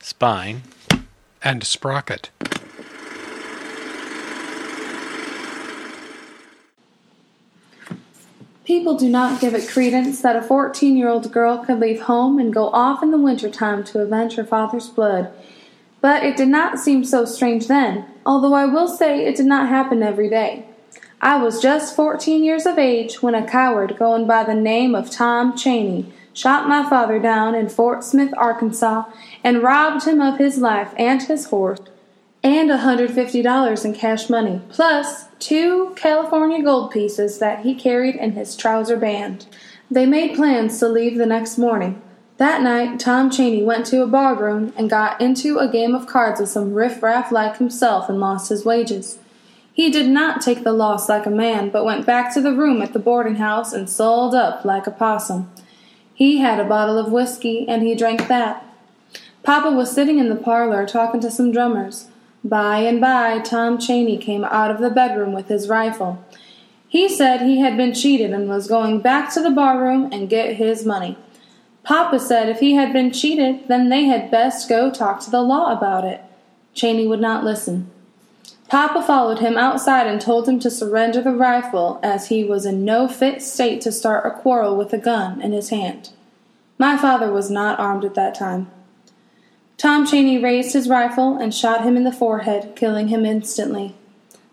spine, and sprocket. People do not give it credence that a 14 year old girl could leave home and go off in the winter time to avenge her father's blood. But it did not seem so strange then, although I will say it did not happen every day. I was just 14 years of age when a coward going by the name of Tom Cheney shot my father down in Fort Smith, Arkansas, and robbed him of his life and his horse and $150 in cash money, plus two California gold pieces that he carried in his trouser band. They made plans to leave the next morning. That night, Tom Cheney went to a barroom and got into a game of cards with some riffraff like himself and lost his wages. He did not take the loss like a man, but went back to the room at the boarding house and sold up like a possum. He had a bottle of whiskey, and he drank that. Papa was sitting in the parlor talking to some drummers. By and by, Tom Cheney came out of the bedroom with his rifle. He said he had been cheated and was going back to the barroom and get his money. Papa said if he had been cheated, then they had best go talk to the law about it. Cheney would not listen. Papa followed him outside and told him to surrender the rifle, as he was in no fit state to start a quarrel with a gun in his hand. My father was not armed at that time. Tom Cheney raised his rifle and shot him in the forehead, killing him instantly.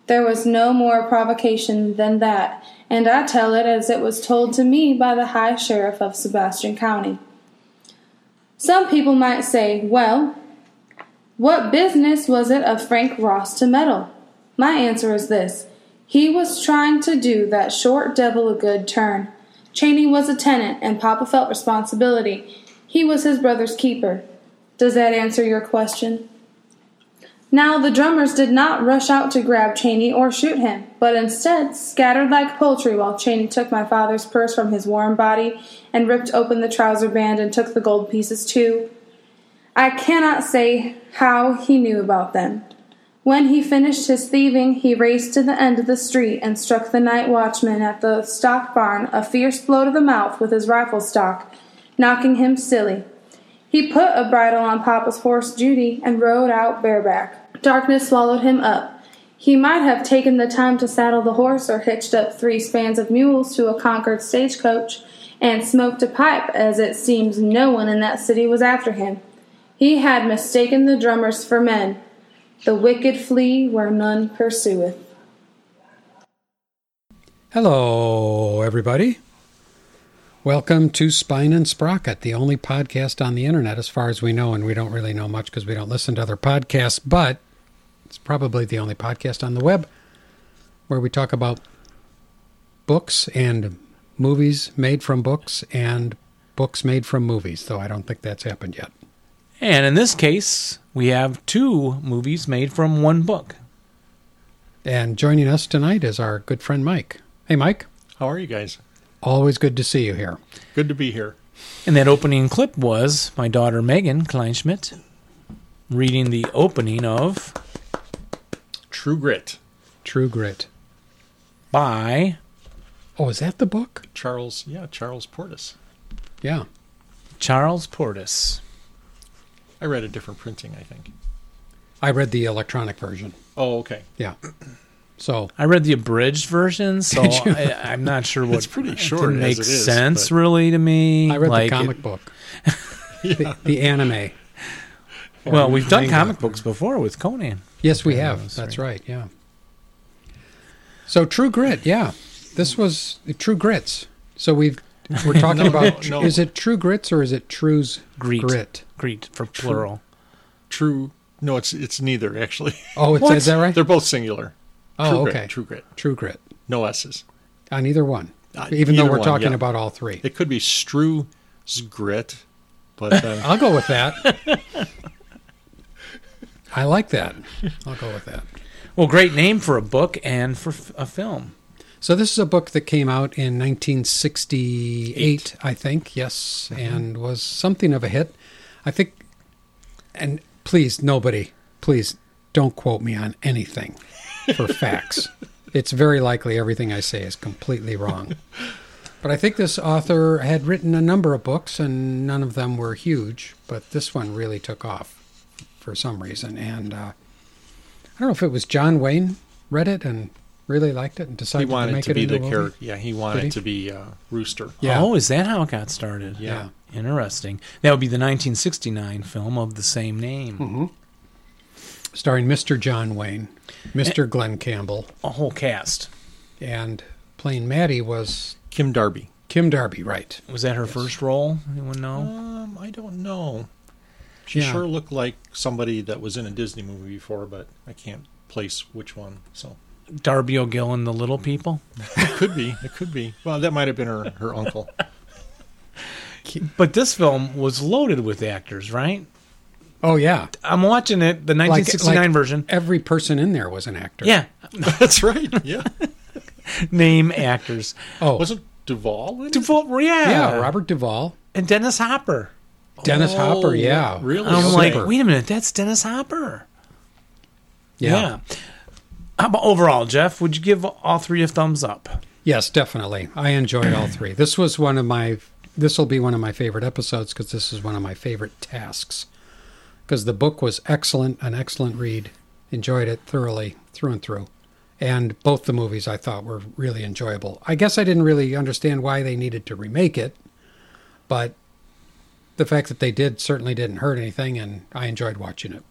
There was no more provocation than that, and I tell it as it was told to me by the High Sheriff of Sebastian County. Some people might say, well, what business was it of Frank Ross to meddle? My answer is this he was trying to do that short devil a good turn. Cheney was a tenant, and Papa felt responsibility. He was his brother's keeper. Does that answer your question? Now, the drummers did not rush out to grab Cheney or shoot him, but instead scattered like poultry while Cheney took my father's purse from his warm body and ripped open the trouser band and took the gold pieces too. I cannot say how he knew about them. When he finished his thieving, he raced to the end of the street and struck the night watchman at the stock barn a fierce blow to the mouth with his rifle stock, knocking him silly. He put a bridle on Papa's horse Judy and rode out bareback. Darkness swallowed him up. He might have taken the time to saddle the horse or hitched up three spans of mules to a Concord stagecoach and smoked a pipe, as it seems no one in that city was after him. He had mistaken the drummers for men. The wicked flee where none pursueth. Hello, everybody. Welcome to Spine and Sprocket, the only podcast on the internet, as far as we know, and we don't really know much because we don't listen to other podcasts, but it's probably the only podcast on the web where we talk about books and movies made from books and books made from movies, though I don't think that's happened yet. And in this case, we have two movies made from one book. And joining us tonight is our good friend Mike. Hey, Mike, How are you guys? always good to see you here. Good to be here. And that opening clip was my daughter Megan Kleinschmidt reading the opening of True Grit, True Grit. by Oh, is that the book? Charles, yeah, Charles Portis. Yeah. Charles Portis. I read a different printing, I think. I read the electronic version. Oh, okay. Yeah. So, I read the abridged version, so I, I'm not sure what It's pretty it short didn't as make it is, sense but- really to me. I read Like, the comic book, the, the anime. it- well, we've done manga. comic books before with Conan. Yes, we have. That's right. Yeah. So True Grit, yeah. This was True Grits. So we've we're talking No, about no, no. is it True Grits or is it True's Grit. Grit? Greet for plural. True. No, it's it's neither actually. Oh, it's, What? is that right? They're both singular. oh, True okay. Grit, True Grit. True Grit No s's. on either one. Uh, Even though either we're one, talking yeah. about all three. It could be Strew's Grit, but um, I'll go with that. I like that. I'll go with that. Well, great name for a book and for f- a film. So this is a book that came out in 1968, I think. Yes, and was something of a hit. I think. And please, nobody, please don't quote me on anything for facts. It's very likely everything I say is completely wrong. But I think this author had written a number of books, and none of them were huge. But this one really took off. for some reason. And uh, I don't know if it was John Wayne read it and really liked it and He decided to wanted make to, it be into the a movie. character. Yeah, he Did wanted he? to be uh, Rooster. Yeah. Oh, is that how it got started? Yeah. Interesting. That would be the 1969 film of the same name. Mm-hmm. starring Mr. John Wayne, Eh. Mr. Glenn Campbell, A whole cast. and playing Maddie was Kim Darby. Kim Darby, right? Was that her first role? Anyone know? Um, I don't know. She Yeah. sure looked like somebody that was in a Disney movie before, but I can't place which one. So Darby O'Gill and the Little People. it could be. It could be. Well, that might have been her, her uncle. But this film was loaded with actors, right? Oh yeah, I'm watching it, the 1969 like- version. every person in there was an actor. Yeah, That's right. Yeah. name actors. Oh, Wasn't Duvall in it? Default, yeah, yeah, Robert Duvall, and Dennis Hopper. Dennis Oh, Hopper. Yeah, really? I'm Okay. Oh, like, wait a minute, that's Dennis Hopper. yeah. How about overall, Jeff? Would you give all three a thumbs up? Yes, definitely. I enjoyed all three. This was one of my. This will be one of my favorite episodes because this is one of my favorite tasks. Because the book was excellent, an excellent read. Enjoyed it thoroughly, through and through. And both the movies I thought were really enjoyable. I guess I didn't really understand why they needed to remake it, but the fact that they did certainly didn't hurt anything, and I enjoyed watching it.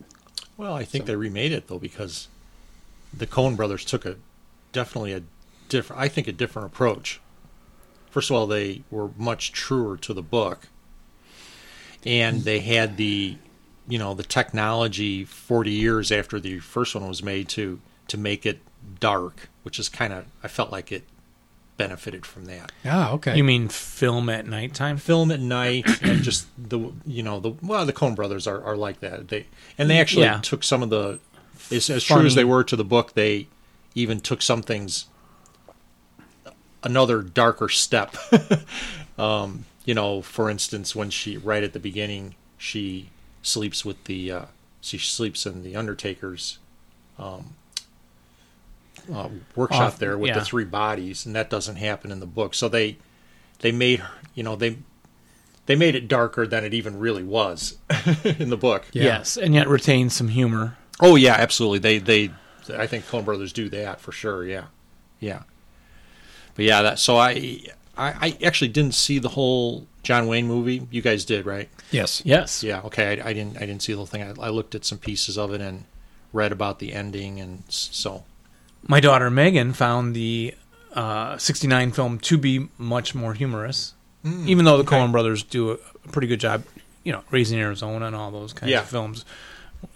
Well, I think they remade it though because the Coen brothers took a definitely a different I think a different approach. First of all, they were much truer to the book. And they had the you know, the technology 40 years after the first one was made to to make it dark, which is kind of I felt like it benefited from that Ah, okay. You mean film at nighttime? film at night and just the you know the well the Coen brothers are, are like that they and they actually Yeah. took some of the as, as true Funny. as they were to the book they even took some things another darker step um, you know for instance when she right at the beginning she sleeps with the uh, she sleeps in the Undertaker's um, uh, workshop Off- there with yeah. the three bodies and that doesn't happen in the book so they they made her you know they they made it darker than it even really was in the book. Yeah. Yes, and yet retain some humor. Oh yeah, absolutely. They they I think Coen Brothers do that for sure. Yeah, yeah. But yeah, that so I I, I actually didn't see the whole John Wayne movie. You guys did, right? yes. Yes. Yeah. Okay. I, I didn't I didn't see the whole thing. I, I looked at some pieces of it and read about the ending and s- so My daughter Megan found the uh, 69 film to be much more humorous, Hmm. even though the Coen brothers do a pretty good job, you know, raising Arizona and all those kinds Yeah. of films.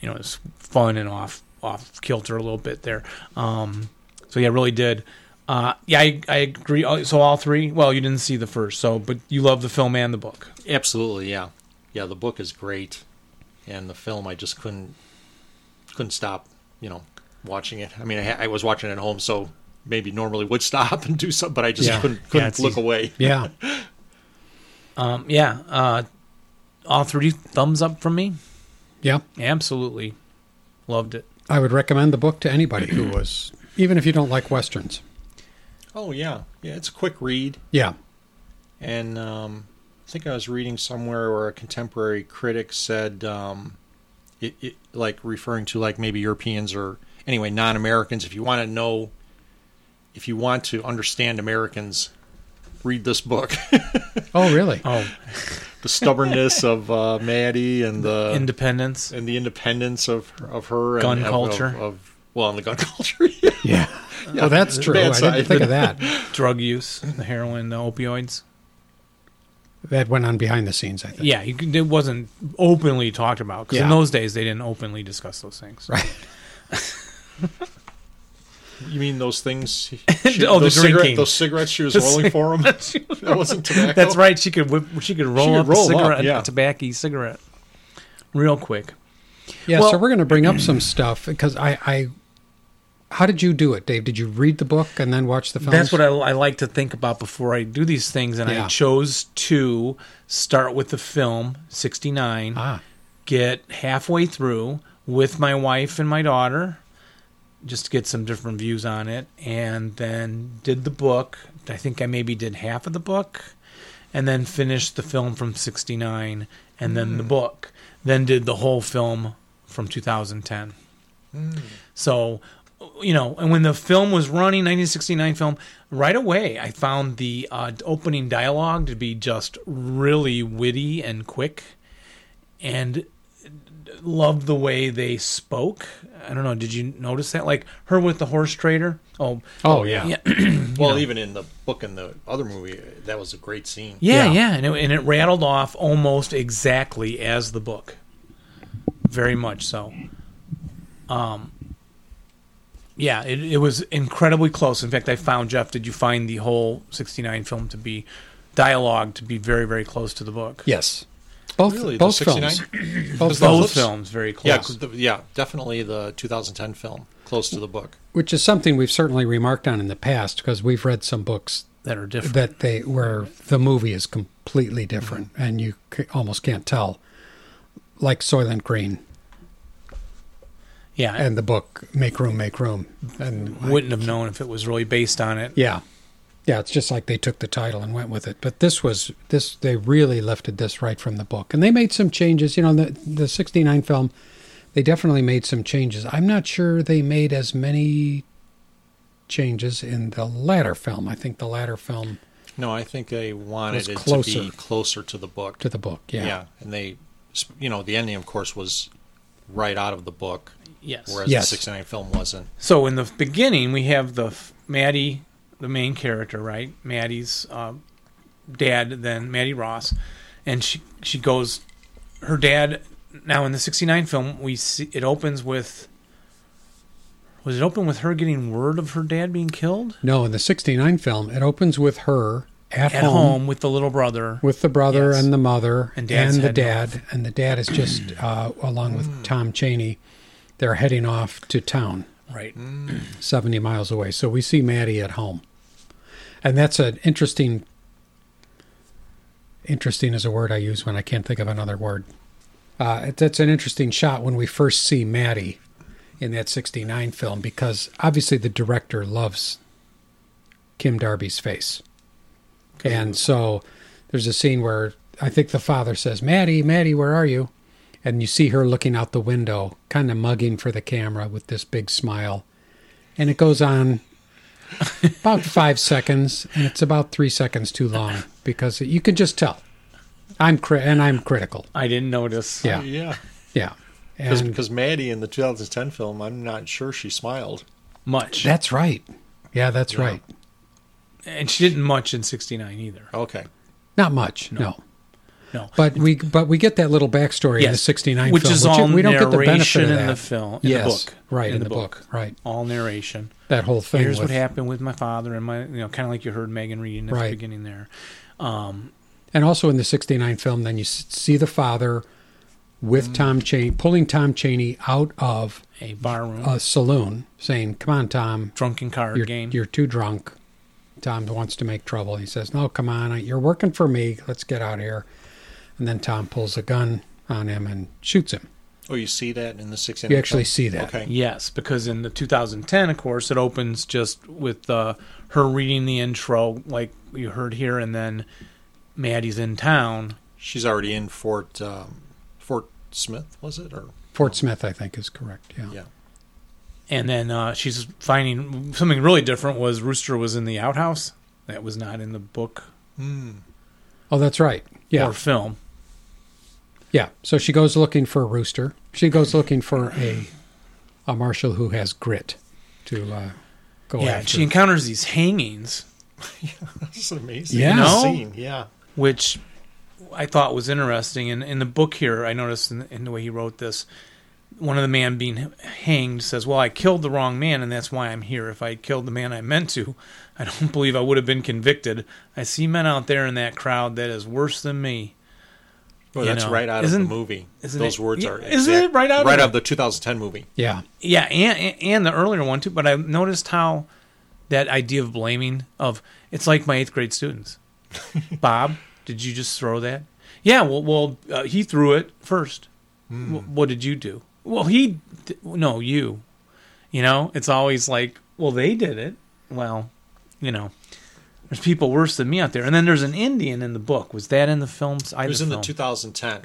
You know, it's fun and off off kilter a little bit there. Um, so yeah, really did. Uh, yeah, I, I agree. Oh, So all three. Well, you didn't see the first, so but you love the film and the book. absolutely yeah yeah the book is great and the film I just couldn't couldn't stop you know watching it. I mean I, ha- I was watching it at home so maybe normally would stop and do something but I just Yeah. couldn't Yeah, couldn't it's look easy. away. Yeah. Um, yeah, uh, all three thumbs up from me. Yeah. Absolutely, loved it. I would recommend the book to anybody who was, even if you don't like westerns. Oh yeah, yeah. It's a quick read, Yeah. and um, I think I was reading somewhere where a contemporary critic said, um, it, it, like referring to like maybe Europeans or anyway non-Americans. If you want to know, if you want to understand Americans, read this book. Oh, really? Oh, the stubbornness of uh, Maddie and the Independence. and the independence of of her Gun and, of- culture. of, of well, and the gun culture. yeah. Yeah. Well, that's true. I didn't bad side. think of that. drug use, the heroin, the opioids. That went on behind the scenes, I think. Yeah, you could, it wasn't openly talked about because in Yeah. those days they didn't openly discuss those things. Right. You mean those things? Oh, the those cigarette- drinking. those cigarettes she was The rolling for him. that wasn't tobacco. That's right. She could whip, she could roll She could up roll a up, cigarette, yeah. a tobacco cigarette, real quick. Yeah. so Well- we're going to bring up some stuff because I, I, how did you do it, Dave? Did you read the book and then watch the film? That's what I, I like to think about before I do these things, and I Yeah. chose to start with the film '69. Ah, get halfway through with my wife and my daughter just to get some different views on it and then did the book i think i maybe did half of the book and then finished the film from 69 and then the book then did the whole film from 2010. So, you know, and when the film was running, 1969 film, right away I found the uh, opening dialogue to be just really witty and quick, and loved the way they spoke. I don't know. Did you notice that? Like her with the horse trader. Oh, Oh yeah. yeah. Well, even in the book and the other movie, that was a great scene. Yeah, Yeah. yeah, And, it, and it rattled off almost exactly as the book, very much so. Um, yeah, it, it was incredibly close. In fact, I found Jeff. Did you find the whole '69 film to be dialogue to be very, very close to the book? Yes. Both Really, the both 69? films. both both films. films very Yeah, close. c- the- yeah, definitely the 2010 film, close to the book. Which is something we've certainly remarked on in the past because we've read some books that are different. that they where the movie is completely different and you c- almost can't tell like Soylent Green yeah, and the book Make Room Make Room and wouldn't have known if it was really based on it. yeah yeah it's just like they took the title and went with it but this was this they really lifted this right from the book and they made some changes you know the the 69 film they definitely made some changes i'm not sure they made as many changes in the latter film i think the latter film No, I think they wanted It it, was to closer. be closer to the book. to the book yeah. yeah and they, sp- you know, the ending, of course, was right out of the book, Yes. whereas Yes. the 69 film wasn't. So in the beginning, we have the f- Maddie, the main character, right? Maddie's uh, dad, then Maddie Ross, and she she goes. Her dad now in the '69 film, we see it opens with. Was it open with her getting word of her dad being killed no in the 69 film it opens with her at, at home with the little brother? with the brother Yes. and the mother And dad's the heading Mm. dad, and the dad is just uh, along with Tom Cheney. They're heading off to town, Right. 70 miles away. So we see Maddie at home, and that's an interesting. Interesting is a word I use when I can't think of another word. Uh, it- that's an interesting shot when we first see Maddie in that 69 film because obviously the director loves Kim Darby's face. And so there's a scene where I think the father says, Maddie, Maddie, where are you? And you see her looking out the window, kind of mugging for the camera with this big smile. And it goes on about five seconds, and it's about three seconds too long because you can just tell. I'm cri- and I'm critical. I didn't notice. Yeah, Yeah, yeah. And because Maddie in the 2010 film, I'm not sure she smiled. Much. that's right. Yeah, that's right. and she didn't much in '69 either. Okay, Not much, no. No. But we but we get that little backstory in the Yes. '69 Which film, is all we don't get the benefit narration of in that. the film- in the yes, book. right In in, the the book. book. right. All narration. That whole thing. Here's with- what happened with my father and my, you know, kind of like you heard Megan reading at Right. the beginning there. And also in the '69 film, then you s- see the father Mm. with Tom Cheney pulling Tom Cheney out of A barroom, a saloon, saying, "Come on, Tom, drunken card you're game. you're too drunk." Tom wants to make trouble. He says, "No, come on, I- you're working for me. Let's get out of here." And then Tom pulls a gun on him and shoots him. oh, you see that in the 69. You actually film? see that. Okay, yes, because in the 2010, of course, it opens just with uh, her reading the intro, like you heard here, and then Maddie's in town. she's already in Fort um, Fort Smith, was it or Fort Smith, I think, is correct. Yeah. yeah? And then uh, she's finding something really different was Rooster was in the outhouse. That was not in the book Oh, that's right. Yeah. or film. Yeah. So she goes looking for a rooster. She goes looking for a a marshal who has grit to uh, go yeah, after. she encounters these hangings, This is amazing. Yeah. This No? scene, yeah. which I thought was interesting. And in the book here, I noticed in, in the way he wrote this, one of the man being hanged says, "Well, I killed the wrong man, and that's why I'm here. If I had killed the man I meant to, I don't believe I would have been convicted. I see men out there in that crowd that is worse than me." Well, You that's know, right out isn't- of the movie. isn't Those it- words yeah, are isn't it right out of right the- out of the 2010 movie? yeah. Yeah, and and the earlier one too. But I noticed how that idea of blaming of it's like my eighth grade students. Bob, did you just throw that? Yeah, well, well, uh, he threw it first. Hmm. Well, what did you do? Well, he, d- no, you. You know, it's always like, well, they did it. Well, you know, there's people worse than me out there. And then there's an Indian in the book. Was that in the films? It was in the film. 2010.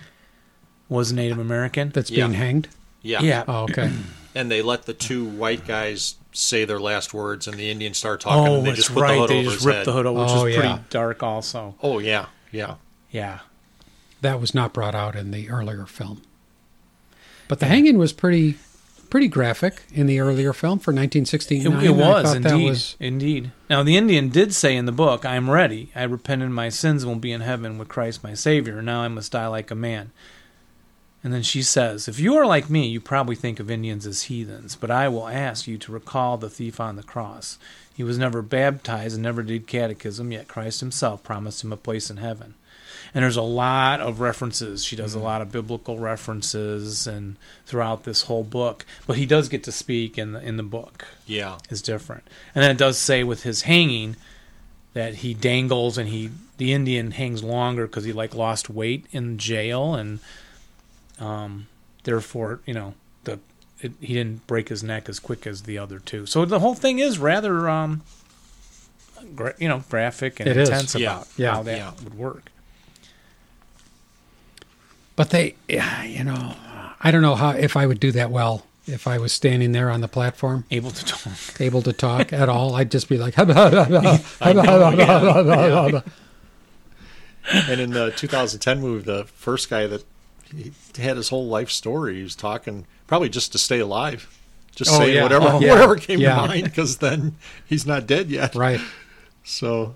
was Native American. That's Yeah. being hanged. Yeah. Yeah. Oh, okay. And they let the two white guys say their last words, and the Indians start talking, oh, and they that's just put the right. hood They over just his ripped head. the hood over, which Oh, is yeah. pretty dark, also. Oh yeah, yeah. Yeah. that was not brought out in the earlier film. But the hanging was pretty pretty graphic in the earlier film for 1969. It, it was I thought that indeed, was- indeed. Now the Indian did say in the book, "I am ready. I repent in my sins and will be in heaven with Christ my Savior. Now I must die like a man." And then she says, "If you are like me, you probably think of Indians as heathens, but I will ask you to recall the thief on the cross. He was never baptized and never did catechism, yet Christ Himself promised him a place in heaven." And there's a lot of references. She Mm-hmm. does a lot of biblical references and throughout this whole book. But he does get to speak in the, in the book Yeah. is different. And then it does say with his hanging that he dangles and he the Indian hangs longer because he like lost weight in jail and um, therefore you know the it, he didn't break his neck as quick as the other two. So the whole thing is rather um, gra- you know graphic and It is. intense Yeah, about yeah, how that yeah. would work. But they, yeah, you know, I don't know how if I would do that well if I was standing there on the platform, Able to talk. able to talk at all. I'd just be like, "Hubba, hubba, hubba, hubba, hubba, hubba, hubba." And in the 2010 movie, the first guy that he had his whole life story, he was talking probably just to stay alive, just Oh, saying yeah. whatever Oh, yeah. whatever came Yeah. to mind, because then he's not dead yet. right? So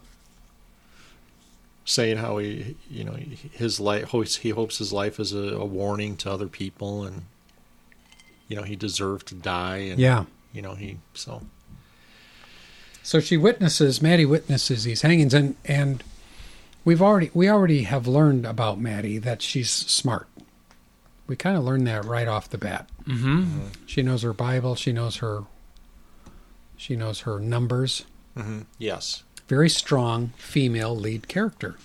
saying how he, you know, his life, he hopes his life is a, a warning to other people, and you know he deserved to die, and Yeah. you know he so So she witnesses, Maddie witnesses these hangings, and and we've already we already have learned about Maddie that she's smart. We kind of learned that right off the bat. Mm-hmm. She knows her Bible. She knows her. She knows her numbers. yes, Very strong female lead character,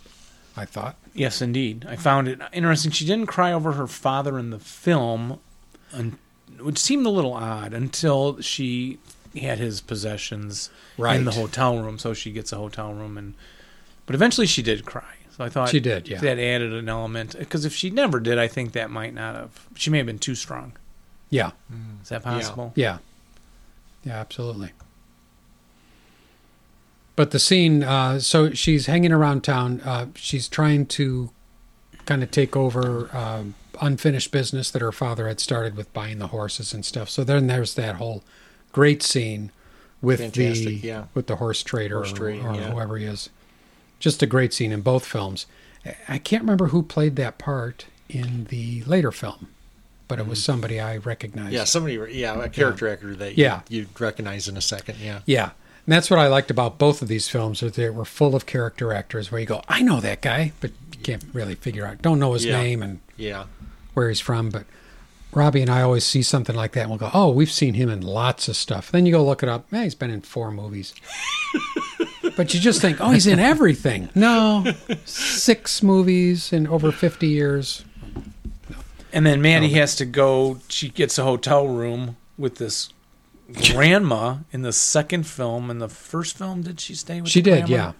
I thought. Yes, indeed. I found it interesting. She didn't cry over her father in the film, un- which seemed a little odd until she had his possessions Right. in the hotel room. So she gets a hotel room, and but eventually she did cry. So I thought She did, yeah. That added an element because if she never did, I think that might not have. She may have been too strong. Yeah, Is that possible? yeah, yeah, absolutely. But the scene, uh, so she's hanging around town. Uh, she's trying to kind of take over um, unfinished business that her father had started with buying the horses and stuff. So then there's that whole great scene with the Fantastic, yeah. with the horse trader Horse or, trading, or yeah. whoever he is. Just a great scene in both films. I- I can't remember who played that part in the later film, but it Mm-hmm. was somebody I recognized. yeah, somebody, yeah, a character actor that Yeah. you, would recognize in a second, yeah, Yeah. And that's what I liked about both of these films is they were full of character actors where you go, I know that guy, but you can't really figure out don't know his Yeah. name and yeah. where he's from, but Robbie and I always see something like that and we'll go, Oh, we've seen him in lots of stuff. Then you go look it up, man, he's been in four movies. but you just think, Oh, he's in everything. No. Six movies in over fifty years. And then Manny has to go. She gets a hotel room with this grandma in the second film. In the first film, did she stay with? She the did, grandma? yeah.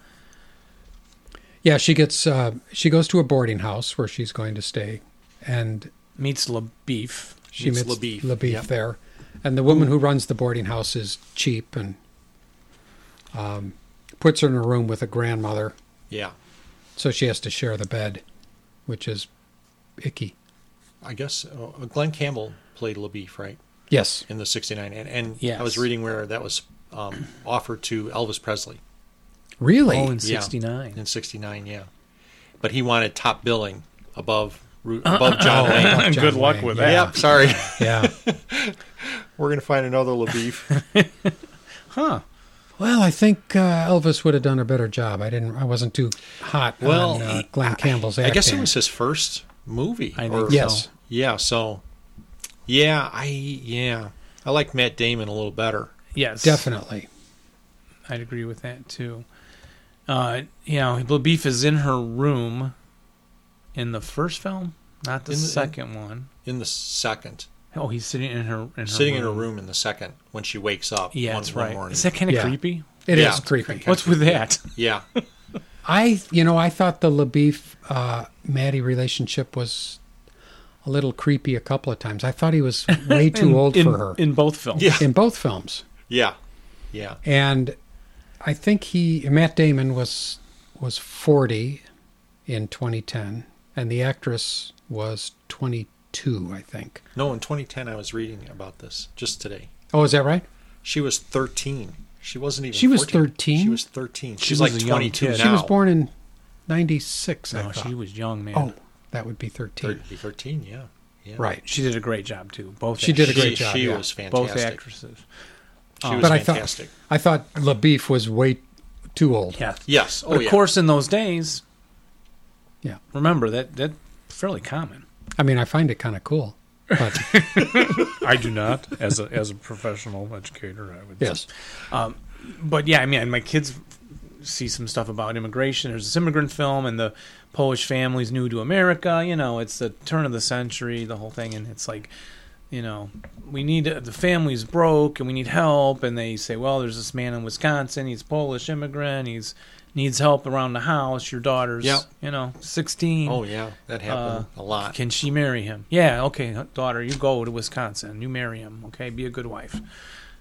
Yeah, she gets uh, she goes to a boarding house where she's going to stay and meets LaBeef. She meets Meets LaBeef, LaBeef. LaBeef Yep. there, and the woman who runs the boarding house is cheap and um, puts her in a room with a grandmother, Yeah, so she has to share the bed, which is icky. I guess uh, Glenn Campbell played LaBeef, right, Yes, in the '69, and and Yes. I was reading where that was um, offered to Elvis Presley really. Oh, in Yeah. '69. in '69, yeah, but he wanted top billing above Ru- Uh-uh. above John Oh, Wayne. John Good luck Wayne, with yeah. Yep, sorry, Yeah. we're gonna find another LaBeef. Huh. well, I think uh, Elvis would have done a better job. I didn't. I wasn't too hot Well, on uh, Glenn Campbell's I acting. guess it was his first movie. I think or- so. Yes. yeah, so yeah, I yeah, I like Matt Damon a little better. Yes. Definitely. I'd agree with that too. Uh, you know, LaBeef is in her room in the first film, not the In the- in- second one. in the second, Oh, he's sitting in her in her sitting room. in her room in the second when she wakes up. Yeah, one, that's one right. morning. Is that kind of Yeah. creepy? It is Yeah. creepy. What's with that? Yeah, I, you know, I thought the LaBeef uh, Maddie relationship was a little creepy a couple of times. I thought he was way too In- old in- for her in both films. Yeah. in both films. Yeah. Yeah. And I think he Matt Damon was was 40 in 2010 and the actress was 22, I think. No, in 2010, I was reading about this just today. Oh, is that right? She was 13. She wasn't even. She was 14. 13? She was 13. She's was like a young 22 kid. now. She was born in 96, I No, thought. she was young, man. oh, that would be 13. Thir- 13. Yeah. Yeah. Right. She did a great job too. Both She did a She, great job, she yeah. was fantastic. both actresses. She was But I thought fantastic. I thought LaBeef was way too old. Yeah. yes. Oh, But of yeah. course, in those days, Yeah. Remember that that fairly common. I mean, I find it kind of cool. But I do not, as a as a professional educator, I would. yes. but yeah, I mean, and my kids see some stuff about immigration. There's this immigrant film, and the Polish family's new to America. You know, it's the turn of the century, the whole thing, and it's like, you know, we need the family's broke, and we need help. And they say, well, there's this man in Wisconsin. He's Polish immigrant. He's needs help around the house. Your daughter's, Yep. you know, sixteen. Oh, yeah. That happened Uh, a lot. Uh, Can she marry him? Yeah, okay, daughter, you go to Wisconsin, you marry him, okay? Be a good wife.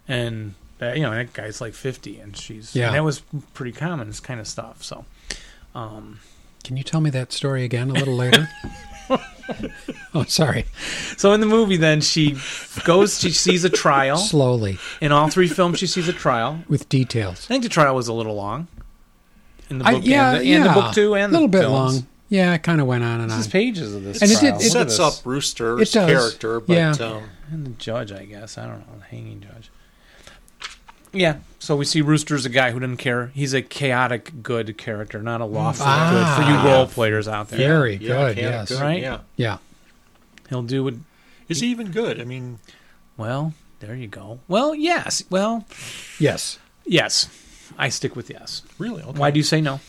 And that, you know, that guy's like 50 and she's Yeah. and that was pretty common this kind of stuff. So, um Can you tell me that story again a little later? oh, sorry. so in the movie then she goes she sees a trial. Slowly In all three films she sees a trial. with details. I think the trial was a little long. In the I- book and, the, and the book 2 and a little the bit films. long. Yeah, it kind of went on and This on. is pages of this And it trial. did- it it- Look at sets this. up Rooster's It does. character, but Yeah. um, And the judge, I guess. I don't know. The hanging judge. Yeah. So we see Rooster's a guy who doesn't care. He's a chaotic good character, not a lawful Ah. good for you role players out there. Very yeah, good. yeah, yes. good, Right? Yeah. Yeah. He'll do what. Is he even good? I mean, Well, there you go. Well, yes. Well, Yes. yes. I stick with yes. really? Okay. Why do you say no?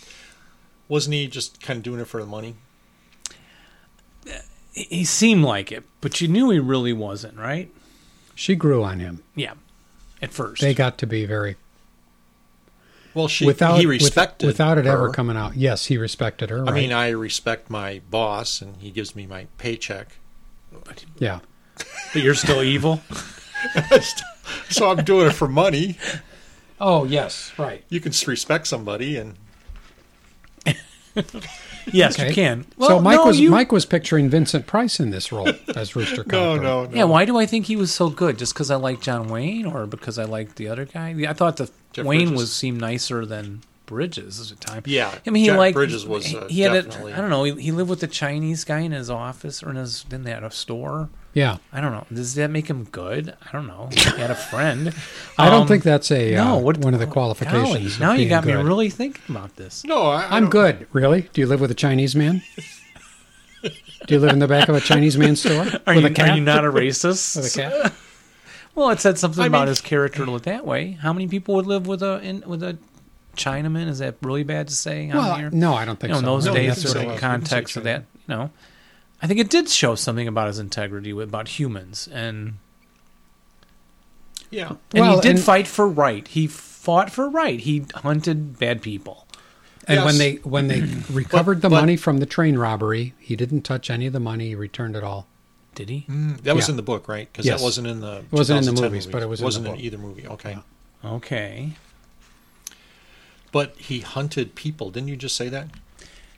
Wasn't he just kind of doing it for the money? He- He seemed like it, but you knew he really wasn't, right? She grew on him. Yeah. At first. They got to be very Well, she without he with- respected without it ever her. coming out. Yes, he respected her. I Right? mean, I respect my boss, and he gives me my paycheck. yeah. but you're still evil. so I'm doing it for money. Oh yes, right. You can respect somebody, and Yes, you can. Well, so Mike no, was you- Mike was picturing Vincent Price in this role as Rooster. no, Cogburn. no, no. Yeah, why do I think he was so good? Just because I like John Wayne, or because I like the other guy? I thought the Jeff Wayne Bridges. was seemed nicer than Bridges at the time. Yeah, I mean he Jeff liked Bridges was, uh, he had definitely- a, I don't know. He, he lived with the Chinese guy in his office or in his didn't they had a store. Yeah, I don't know. Does that make him good? I don't know. He had a friend. I don't Um, think that's a uh, no. What, one of the golly, qualifications. of now you being got me good. really thinking about this. No, I, I I'm don't- good. Really? Do you live with a Chinese man? Do you live in the back of a Chinese man's store Are with you a cat? are you not a racist? With a cat? Well, it said something I about mean- his character to look that way. How many people would live with a in, with a Chinaman? Is that really bad to say on Well, here? no, I don't you think know, in so. those No, days, that's it's sort what it of like- was. context of that. You know, I think it did show something about his integrity with, about humans, and Yeah, and Well, he did and- fight for right. He fought for right. He hunted bad people. And when Yes. they when they recovered the but- money from the train robbery, he didn't touch any of the money. He returned it all. Did he? that was Yeah. in the book, right? Because Yes. that wasn't in the Mm, it wasn't in the movies, but it was in the wasn't book. either movie. Okay, Okay. but he hunted people. Didn't you just say that?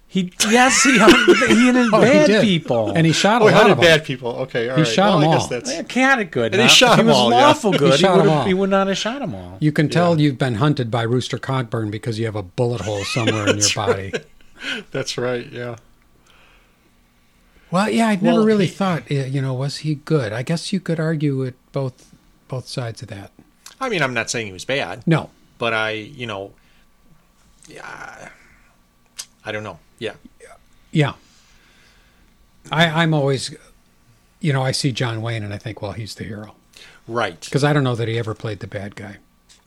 He yes he hunted, he hunted Oh, he bad did. people and he shot a Oh, he lot hunted of them. bad people. Okay, all He right. shot well, them I all. guess that's Yeah, cat it good. And he Now, shot if he them was all, yeah. lawful good. he, shot them would've- all. he would not have shot them all. You can tell you've been hunted by Rooster Cogburn because you have a bullet hole somewhere in your body. that's right. Yeah, Well, yeah, I'd never Well, really he- thought. eh, You know, was he good? I guess you could argue it both both sides of that. I mean, I'm not saying he was bad, No, but I, you know, yeah, I don't know. Yeah, yeah. I, I'm always, you know, I see John Wayne and I think, well, he's the hero right. because I don't know that he ever played the bad guy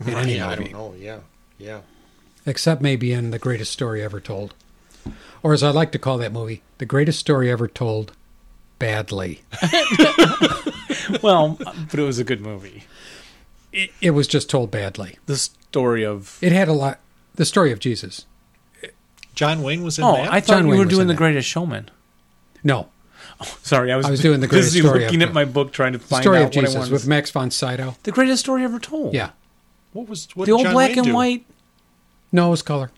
in Right, any yeah, I movie. don't know. Yeah, yeah. except maybe in The Greatest Story Ever Told. Or as I like to call that movie, The Greatest Story Ever Told Badly. well, but it was a good movie. It, it was just told badly. The story of It had a lot, the story of Jesus. John Wayne was in oh, that. I thought John we Wayne were was doing in The that. Greatest Showman. No. Oh, sorry, I was, I was doing the greatest busy story looking ever. at my book trying to The find Story out of what I Jesus wanted. with Max von Sydow. the greatest story ever told. Yeah. What was what the old John black Wayne and do? white. No, it was color.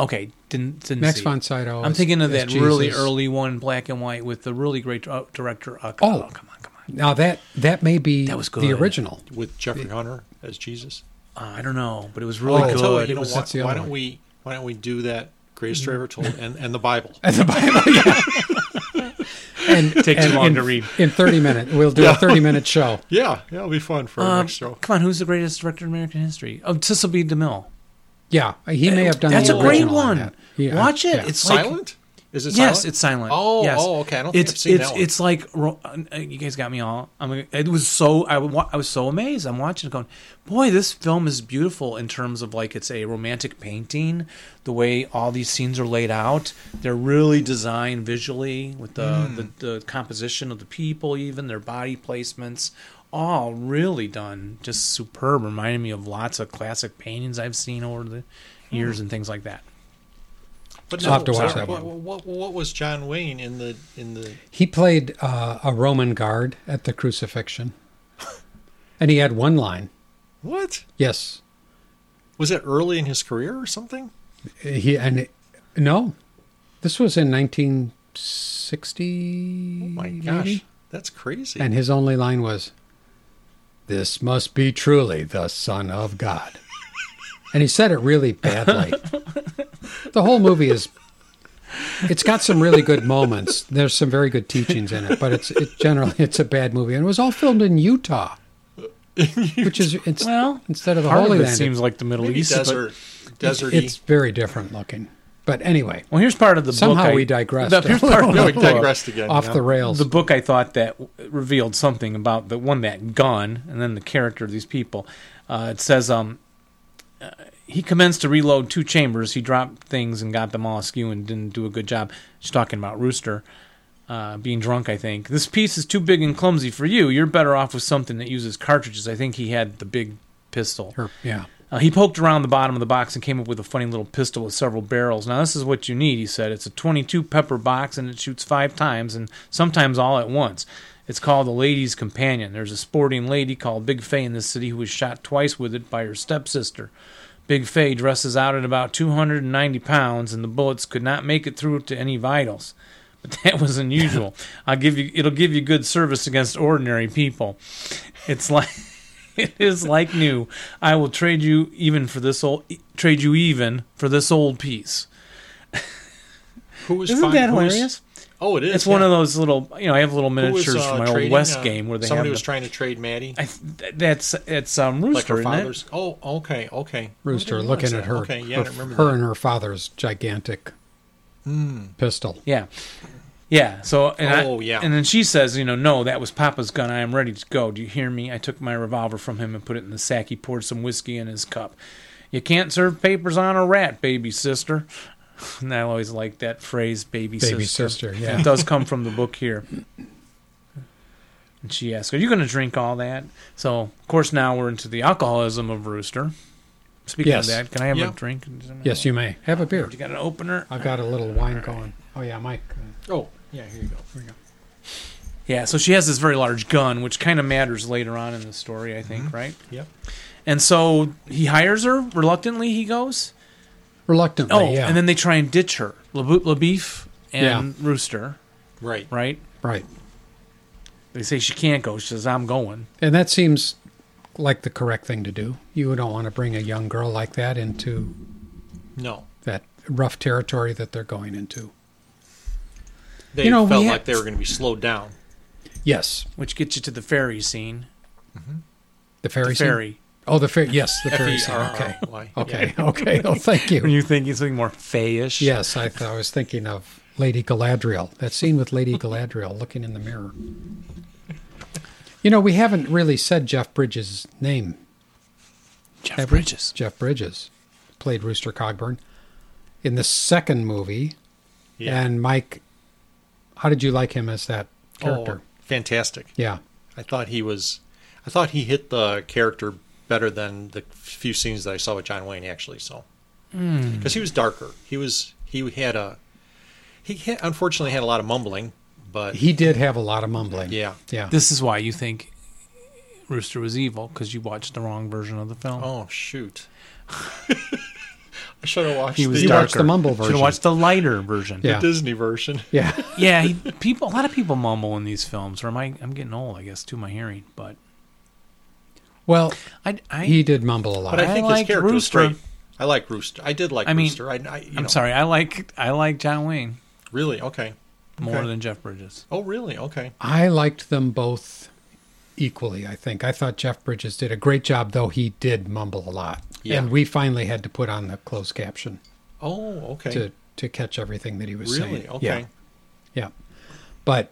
Okay, didn't didn't Max see. von Sydow. I'm is- thinking of is that really Jesus. early one, black and white, with the really great uh, director. Uh, Oh. oh, come on, come on. Now that that may be That was the good. original. with Jeffrey Hunter as Jesus. Uh, I don't know, but it was really Oh, I good. tell you, you it know was what, that's the why other don't one. we why don't we do that Mm. greatest story ever told and, and the Bible? Uh, And Take too and long in, to read. In 30 minutes, we'll do a 30 minute show. Yeah, yeah, it'll be fun for our Um, next show. come on, who's the greatest director in American history? Oh, Cecil B. DeMille. Yeah, he may have done. That's the a great original on one. that. Yeah, Watch it. yeah. It's like- Silent? Is it yes, silent? it's silent. Oh, yes. oh, okay. I don't think it's I've seen it's that one. it's like ro- uh, uh, you guys got me all. I'm. gonna- It was so I, wa- I was so amazed. I'm watching it going, boy, this film is beautiful in terms of like it's a romantic painting. The way all these scenes are laid out, they're really designed visually with the Hmm. the, the composition of the people, even their body placements. All really done, just superb. Reminded me of lots of classic paintings I've seen over the Hmm. years and things like that. But I'll have to watch sorry, that what, one. What, what was John Wayne in the in the? He played uh, a Roman guard at the crucifixion, and he had one line. What Yes, was it early in his career or something? he and it- no, this was in 1960. Oh my gosh, maybe? that's crazy. And his only line was, "This must be truly the Son of God," and he said it really badly. the whole movie is. It's got some really good moments. There's some very good teachings in it, but it's it generally it's a bad movie, and it was all filmed in Utah, which is it's, Well, instead of the Part of Holy it Land, seems like the Middle Maybe East. but- desert, deserty. it's very different looking. But anyway, Well, here's part of the book. Somehow I- we digressed The, a here's part of no, the we book. digressed again. off yeah. the rails. The book I thought that w- revealed something about the one that gun, and then the character of these people. Uh, it says, um, uh, he commenced to reload two chambers. He dropped things and got them all askew and didn't do a good job. She's talking about Rooster. Uh, being drunk, I think. This piece is too big and clumsy for you. You're better off with something that uses cartridges. I think he had the big pistol. Or- yeah, Uh, he poked around the bottom of the box and came up with a funny little pistol with several barrels. Now this is what you need, he said. It's a 22 pepper box and it shoots five times and sometimes all at once. It's called the Lady's Companion. There's a sporting lady called Big Fay in this city who was shot twice with it by her stepsister. Big Fay dresses out at about 290 pounds, and the bullets could not make it through to any vitals. But that was unusual. I'll give you. It'll give you good service against ordinary people. It's like it is like new. I will trade you even for this old. Trade you even for this old piece. Who was Isn't fine- that who was- hilarious? oh, it is. It's one yeah. of those little. You know, I have little Who was, miniatures uh, from my trading, old West uh, game where they have. somebody was the- trying to trade Maddie. I th- that's it's um like rooster, her isn't it? father's. Oh, okay, okay. I Rooster didn't looking realize at her, that. Okay, yeah, I her, don't remember her that. Hmm. and her father's gigantic pistol. Yeah. Yeah. So and Oh, I, yeah. And then she says, you know, no, that was Papa's gun. I am ready to go. Do you hear me? I took my revolver from him and put it in the sack. He poured some whiskey in his cup. You can't serve papers on a rat, baby sister. And I always like that phrase, baby, Baby sister, And yeah. it does come from the book here. And she asks, "Are you going to drink all that?" So, of course, now we're into the alcoholism of Rooster. Speaking Yes. of that, can I have Yep. a drink? Yes, you may have a beer. You got an opener? I've got a little wine going. Oh yeah, Mike. Oh, yeah. Here you go. Yeah, so she has this very large gun, which kind of matters later on in the story, I Mm-hmm. think, right? Yep. And so he hires her. Reluctantly, he goes. Reluctantly, Oh, yeah. and then they try and ditch her. Labo- LaBeef and Rooster, Right. right? right. They say she can't go. She says, I'm going. And that seems like the correct thing to do. You don't want to bring a young girl like that into No. that rough territory that they're going into. They You know, we felt had- like they were going to be slowed down. Yes, Which gets you to the ferry scene. the ferry. The scene? ferry. Oh, the ferry. Yes, the E ferry. scene. Okay. F-E-R-R-Y. Okay. Okay. Oh, thank you. Are you thinking something more fayish? Yes, I, th- I was thinking of Lady Galadriel. That scene with Lady Galadriel looking in the mirror. You know, we haven't really said Jeff Bridges' name. Jeff Bridges. Jeff Bridges played Rooster Cogburn in the second movie. Yeah. And Mike, how did you like him as that character? Oh, fantastic. Yeah. I thought he was. I thought he hit the character better than the few scenes that I saw with John Wayne actually. So Hmm. because he was darker, he was he had a he had, unfortunately had a lot of mumbling, But He did have a lot of mumbling. yeah. Yeah. This is why you think Rooster was evil because you watched the wrong version of the film. Oh shoot. I should have watched He was the, You watched darker. the mumble Should version. have watched the lighter version. Yeah. Disney version. yeah. yeah. He, people, a lot of people mumble in these films. Or am I? I'm getting old, I guess, to my hearing. But Well, I, I he did mumble a lot. But I, I think liked his character was Rooster. great. I like Rooster. I did like I mean, Rooster. I, I you I'm know, sorry. I like I like John Wayne Really? Okay. more Okay. than Jeff Bridges. Oh, really? Okay. I liked them both equally, I think. I thought Jeff Bridges did a great job, though he did mumble a lot. Yeah. And we finally had to put on the closed caption Oh, okay. to, to catch everything that he was saying. really? Okay. Yeah. yeah. But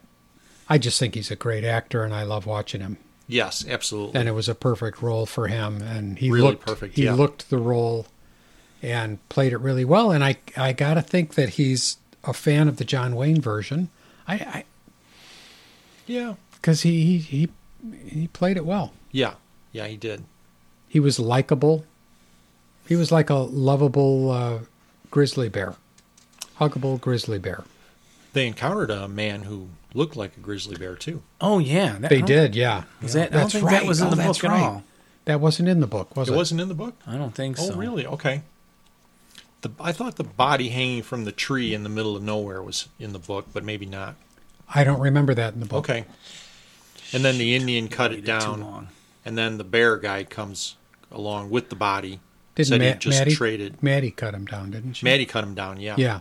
I just think he's a great actor and I love watching him. Yes, absolutely. And it was a perfect role for him and he Really looked perfect, he yeah. looked the role and played it really well. And I I gotta think that he's a fan of the John Wayne version. I, I yeah. because he, he he he played it well. Yeah. Yeah, he did. He was likable. He was like a lovable uh, grizzly bear, huggable grizzly bear. They encountered a man who looked like a grizzly bear too. Oh yeah, that- They I don't- did, yeah. Was Yeah. that, I don't think that was in Oh, the that's book right. at all. That wasn't in the book, was It it? wasn't in the book? I don't think Oh, so. really? Okay. The I thought the body hanging from the tree in the middle of nowhere was in the book, but maybe not. I don't remember that in the book. Okay. And then the Indian cut it Waited too down, long. and then the bear guy comes along with the body. Didn't said Ma- he just Maddie, traded. Maddie cut him down, didn't she? Maddie cut him down. Yeah. Yeah.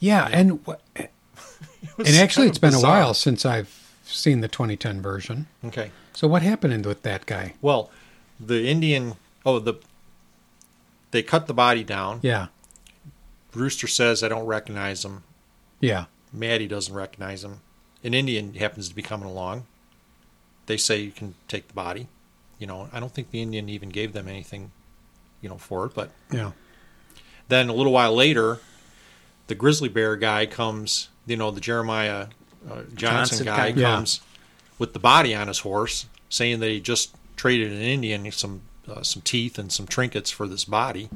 Yeah, and wha- It was and actually, kind it's of been a bizarre. while since I've seen the 2010 version. Okay. So what happened with that guy? Well, the Indian. Oh, the they cut the body down. Yeah, Rooster says, "I don't recognize him." yeah, Maddie doesn't recognize him. An Indian happens to be coming along. They say you can take the body. You know, I don't think the Indian even gave them anything, you know, for it. But yeah, then a little while later, the grizzly bear guy comes. You know, the Jeremiah uh, Johnson, Johnson guy guy. Yeah. comes with the body on his horse, saying that he just traded an Indian some uh, some teeth and some trinkets for this body.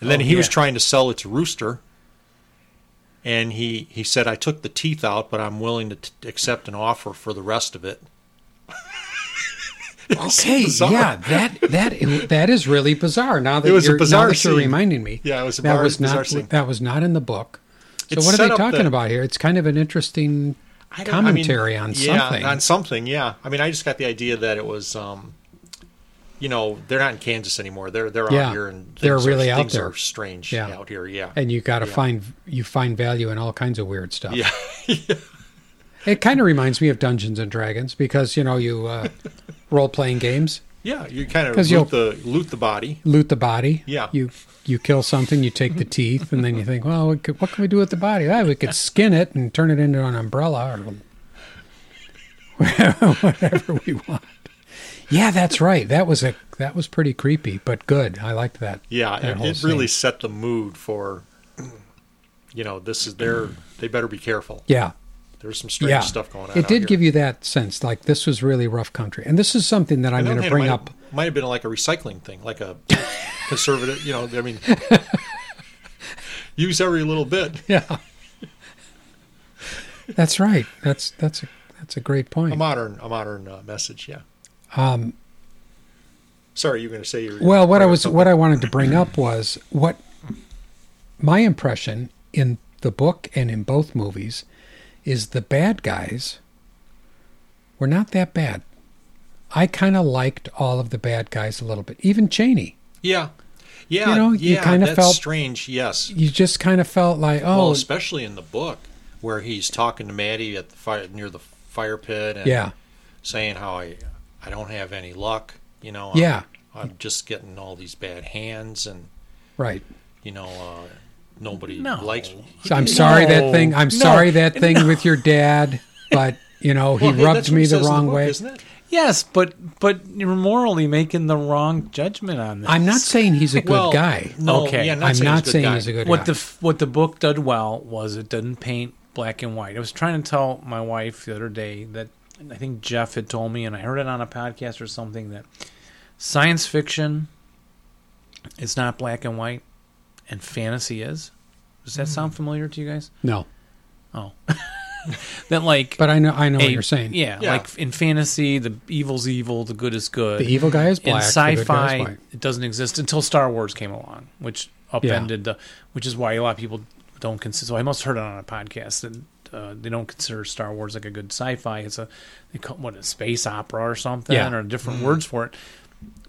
And then Oh, he was yeah. trying to sell it to Rooster. And he, he said, I took the teeth out, but I'm willing to t- accept an offer for the rest of it. Okay, bizarre. yeah, that that that is really bizarre. Now that It was a you're, now bizarre that you're scene. reminding me. Yeah, it was a that bar- was bizarre not scene. that was not in the book. So It's what are set they up talking that- about here? It's kind of an interesting I don't- I mean, commentary on yeah, something. on something, yeah. I mean, I just got the idea that it was, um, you know, they're not in Kansas anymore. They're they're Yeah, out here and they're things are- really out things there. Are strange Yeah. out here, yeah. and you got to Yeah. find you find value in all kinds of weird stuff. yeah, It kind of reminds me of Dungeons and Dragons because you know you uh, role playing games, yeah. You kind of 'Cause you'll- loot the loot the body. loot the body. Yeah. you you kill something, you take the teeth, and then you think, well, we could, what can we do with the body? Ah, we could skin it and turn it into an umbrella or whatever we want. Yeah, that's right. That was a that was pretty creepy, but good. I liked that. Yeah, that it, whole it really scene. set the mood for, you know, this is their. They better be careful. Yeah, There's some strange yeah. stuff going on. It out did here. give you that sense, like this was really rough country, and this is something that I'm On the going to other hand, bring it might, up. Might have been like a recycling thing, like a conservative. You know, I mean, use every little bit. Yeah, that's right. That's that's a that's a great point. a modern a modern uh, message yeah um sorry you were going to say you were Well, what I gonna was talk what I wanted to bring up was what my impression in the book and in both movies is the bad guys were not that bad. I kind of liked all of the bad guys a little bit, even Cheney. yeah yeah You know, you yeah, kinda that's felt- strange yes You just kind of felt like, well oh, especially in the book where he's talking to Maddie at the fire near the fire pit and yeah, saying how I I don't have any luck you know I'm, Yeah. I'm just getting all these bad hands and right. you know uh nobody No. likes So I'm sorry that No, thing. I'm no, sorry that thing with your dad, but you know he Well, hey, that's rubbed what me it the says in wrong book, way. isn't it Yes, but but you're morally making the wrong judgment on this. I'm not saying he's a good well, guy. no, Okay. yeah, not I'm saying not he's a good saying guy. he's a good what guy. the f- what the book did well was it didn't paint black and white. I was trying to tell my wife the other day that and I think Jeff had told me, and I heard it on a podcast or something that science fiction is not black and white, Mm-hmm. and fantasy is. Does that sound familiar to you guys? no. Oh, that like But I know I know what a- you're saying. Yeah, Yeah. like in fantasy, the evil's evil, the good is good. The evil guy is in black. the good guy is sci-fi, white. it doesn't exist until Star Wars came along, which upended the, which is why a lot of people don't consider. So I must heard it on a podcast that uh, they don't consider Star Wars like a good sci-fi. It's a they call what a space opera or something, Yeah. or different Mm. words for it,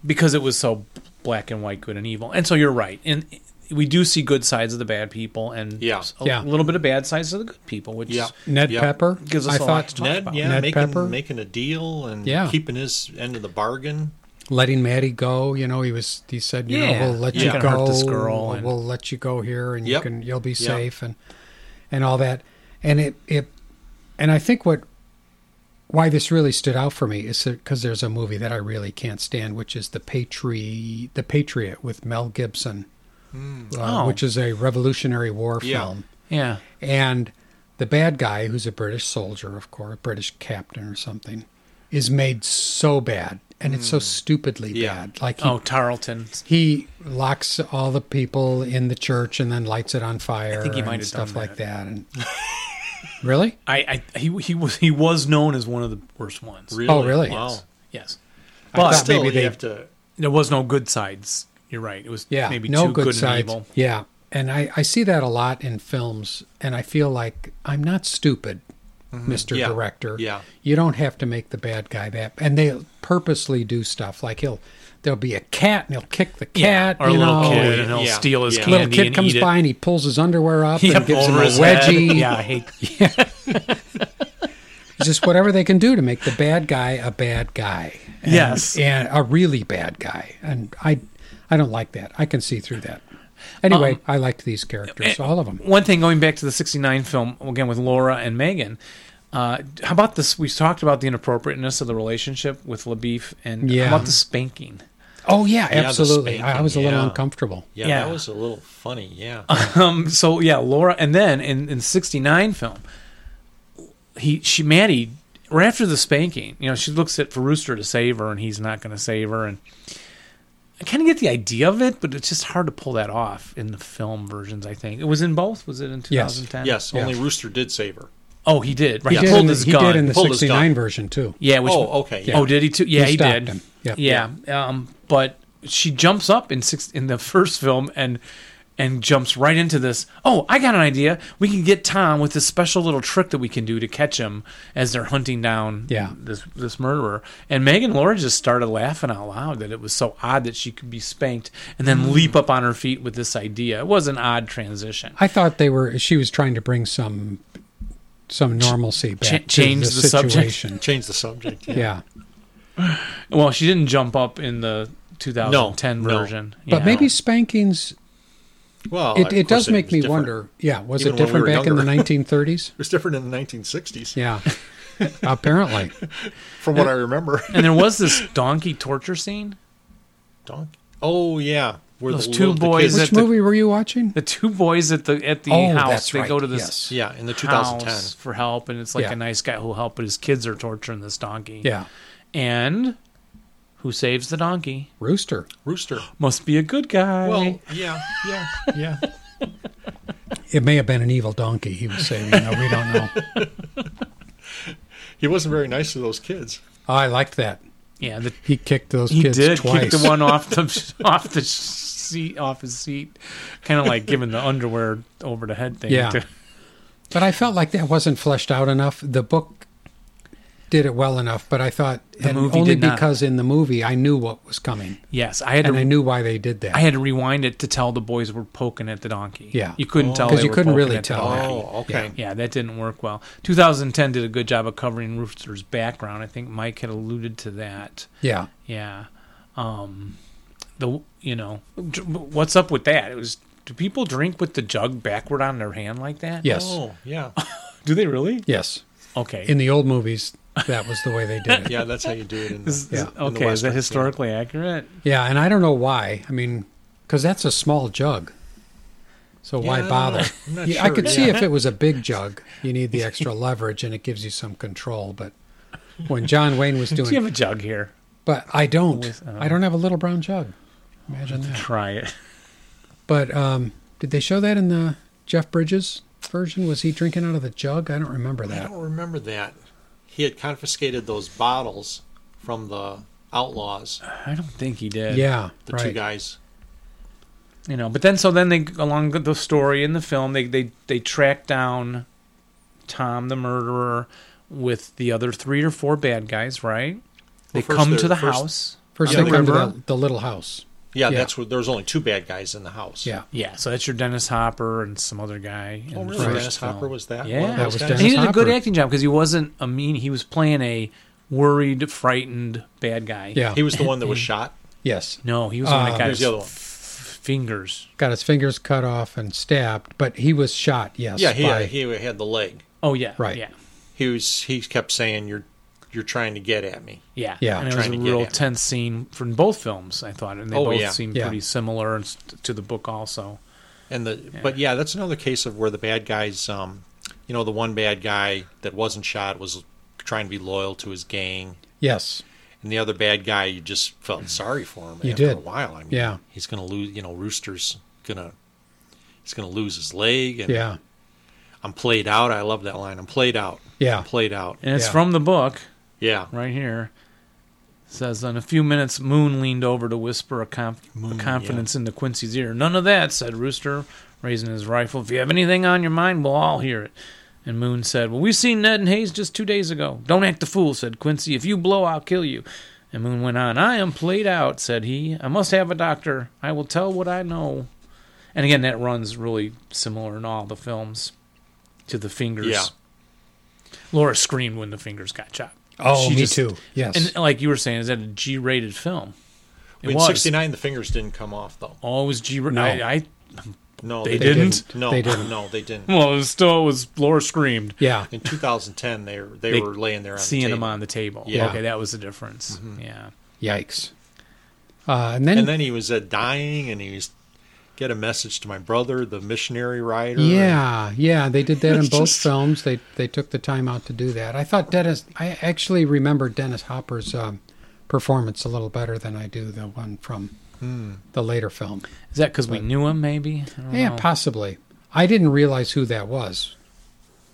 because it was so black and white, good and evil. And so you're right, and we do see good sides of the bad people and Yeah. a Yeah. little bit of bad sides of the good people, which Yeah. Ned Yeah. Pepper gives us I a lot to thought talk Ned, about. yeah, Ned making Pepper. making a deal and Yeah. keeping his end of the bargain. letting Maddie go. You know, he was. He said, "You Yeah. know, we'll let Yeah. you You're go. gonna hurt this girl and- we'll let you go here, and you Yep. can. You'll be Yep. safe, and and all that. And it it, and I think what why this really stood out for me is because there's a movie that I really can't stand, which is the Patriot, the Patriot with Mel Gibson, uh, Oh. which is a Revolutionary War Yeah. film, Yeah. and the bad guy, who's a British soldier, of course, British captain or something, is made so bad. And it's so stupidly Yeah. bad. Like he Hmm. Oh, Tarleton. he locks all the people in the church and then lights it on fire. think he might and have stuff done like that. And really, I, I he he was he was known as one of the worst ones. Really? Oh, really? Wow. Yes. Yes, I but thought Still, maybe you they- have to. there was no good sides. You're right. It was yeah, maybe no too good, good, sides. and evil. Yeah, and I I see that a lot in films, and I feel like I'm not stupid, Mm-hmm. Mister Yeah. Director. Yeah. you don't have to make the bad guy that, and they purposely do stuff like he'll there'll be a cat and he'll kick the cat or a you little know, kid, and and he'll Yeah. steal his Yeah. candy Little kid and comes eat by it. and he pulls his underwear up Yep, and gives him over a his head. wedgie. Yeah, I hate. just whatever they can do to make the bad guy a bad guy. And, Yes. and a really bad guy. And I, I don't like that. I can see through that. Um, Anyway, I liked these characters, eh, all of them. One thing going back to the '69 film again with Laura and Megan. Uh, how about this? We talked about the inappropriateness of the relationship with LaBeef, and Yeah. how about the spanking? Oh yeah, Yeah, the absolutely. I I was a little spanking, yeah. uncomfortable. Yeah, Yeah. that was a little funny. Yeah, Um, so yeah, Laura, and then in in '69 film, he she Maddie right after the spanking, you know, she looks at for Rooster to save her, and he's not going to save her, and I kind of get the idea of it, but it's just hard to pull that off in the film versions. I think it was in both. Was it in Yes. 2010? yes. Yeah. Only Rooster did save her. Oh, he did. Right, He, he did, in pulled the, his he gun. did in the Pulled his gun. '69 version too. yeah. Which, Oh, okay. Oh, did he too? Yeah, He he, stopped did. him. Yep. Yeah. Um, but she jumps up in six in the first film and and jumps right into this. Oh, I got an idea. We can get Tom with this special little trick that we can do to catch him as they're hunting down Yeah. this this murderer. And Megan and Laura just started laughing out loud that it was so odd that she could be spanked and then Mm. leap up on her feet with this idea. It was an odd transition. I thought they were. She was trying to bring some, some normalcy back to change the, the subject. situation. Change the subject. Yeah. yeah, Well, she didn't jump up in the 2010 No, no. version. but Yeah. maybe spankings. Well, Oh, of It, it course does make was me different. wonder. Yeah, was Even it when we different were back in the younger. 1930s? It was different in the 1960s, Yeah, apparently. from what I remember. and there was this donkey torture scene. Donk. Oh yeah, where Those the two little- the boys kids- that- Which the- movie were you watching? The two boys at the at the Oh, house that's they right, go to this yes. yeah, in the 2010. house for help, and it's like Yeah. a nice guy who'll help, but his kids are torturing this donkey. Yeah, and who saves the donkey? Rooster. Rooster. Must be a good guy. Well, yeah, yeah, yeah. It may have been an evil donkey he was saying. You know, we don't know. He wasn't very nice to those kids. Oh, I liked that. yeah, the, He kicked those he kids did twice. kick the one off the off the seat off his seat, kind of like giving the underwear over the head thing. Yeah. to- But I felt like that wasn't fleshed out enough. The book did it well enough, but I thought and movie only did not. because in the movie I knew what was coming yes, I had and to. I knew why they did that. I had to rewind it to tell the boys were poking at the donkey. Yeah. Oh. you couldn't tell 'Cause they you were couldn't poking really at the tell. donkey. Oh, okay. Yeah, that didn't work well. 2010 did a good job of covering Rooster's background. I think Mike had alluded to that. yeah, Yeah. Um the you know, d- what's up with that? It was do people drink with the jug backward on their hand like that? yes, Oh, yeah, Do they really? yes. Okay. In the old movies, that was the way they did it. yeah. That's how you do it. In the, Is- Yeah. is- in the Okay, is that Westerns, yeah. historically accurate? Yeah, and I don't know why. I mean, because that's a small jug. So Yeah, I why don't bother? know. I'm not Yeah, I sure. could see Yeah. if it was a big jug, you need the extra leverage and it gives you some control. But when John Wayne was Do you doing, have a jug here? but I don't, With, uh, I don't have a little brown jug. Imagine that. Try it. But um, did they show that in the Jeff Bridges version was he drinking out of the jug? I don't remember I that. don't remember that. He had confiscated those bottles from the outlaws, I don't think he did. yeah, the two right. guys. you know. But then, so then they along the story in the film, they they they track down Tom the murderer with the other three or four bad guys, right? They first come they're- to the first- house. First, Yeah, they come to remember? the, the little house. Yeah, Yeah. that's where there was only two bad guys in the house. Yeah, Yeah, so that's your Dennis Hopper and some other guy. in Oh, the really? first Dennis film. Hopper was that? Yeah, one of that those was guys? Dennis And he did a good Hopper. acting job because he wasn't a mean. He was playing a worried, frightened bad guy. yeah. He was the one that was shot. yes, No, he was the one Uh, that got his Who's the other one? f- fingers. got his fingers cut off and stabbed, but he was shot. Yes, Yeah, he, uh, by- he had the leg. Oh yeah, Right. Yeah, He was he kept saying you're you're trying to get at me. yeah, Yeah. And it was Trying a to get real him. tense scene from both films. I thought, and they Oh, both yeah. seemed Yeah. pretty similar and s- to the book also. And the but yeah, that's another case of where the bad guys um you know, the one bad guy that wasn't shot was trying to be loyal to his gang. yes, And the other bad guy, you just felt sorry for him You after a did. while. I mean, Yeah. he's gonna lose. You know, Rooster's gonna he's gonna lose his leg. And yeah, I'm played out. I love that line. I'm played out. yeah, I'm played out. And it's Yeah. from the book Yeah, right here. It says in a few minutes, Moon leaned over to whisper a, conf- a confidence into Quincy's ear. None of that," said Rooster, raising his rifle. "If you have anything on your mind, we'll all hear it." And Moon said, "Well, we seen Ned and Hayes just two days ago. Don't act a fool," said Quincy. "If you blow, I'll kill you." And Moon went on. "I am played out," said he. "I must have a doctor. I will tell what I know." And again, that runs really similar in all the films to the fingers. Yeah. Laura screamed when the fingers got chopped. Oh, She me just- too. Yes, And like you were saying, is that a G-rated film? It in was '69 the fingers didn't come off though. always G. No. I, I No, They didn't. No, They didn't. No, they didn't. well, it was still it was Laura screamed, yeah, In 2010, they were, they, They- were laying there on seeing the him table. on the table. Yeah. Okay, that was the difference. Mm-hmm. Yeah. yikes. Uh, and then, And then he was uh, dying, and he was get a message to my brother, the missionary rider. yeah, yeah, they did that in It's both just- films. They they took the time out to do that. I thought Dennis. I actually remember Dennis Hopper's um, performance a little better than I do the one from the later film. Is that because we knew him? Maybe. Hmm. I don't Yeah, know. possibly. I didn't realize who that was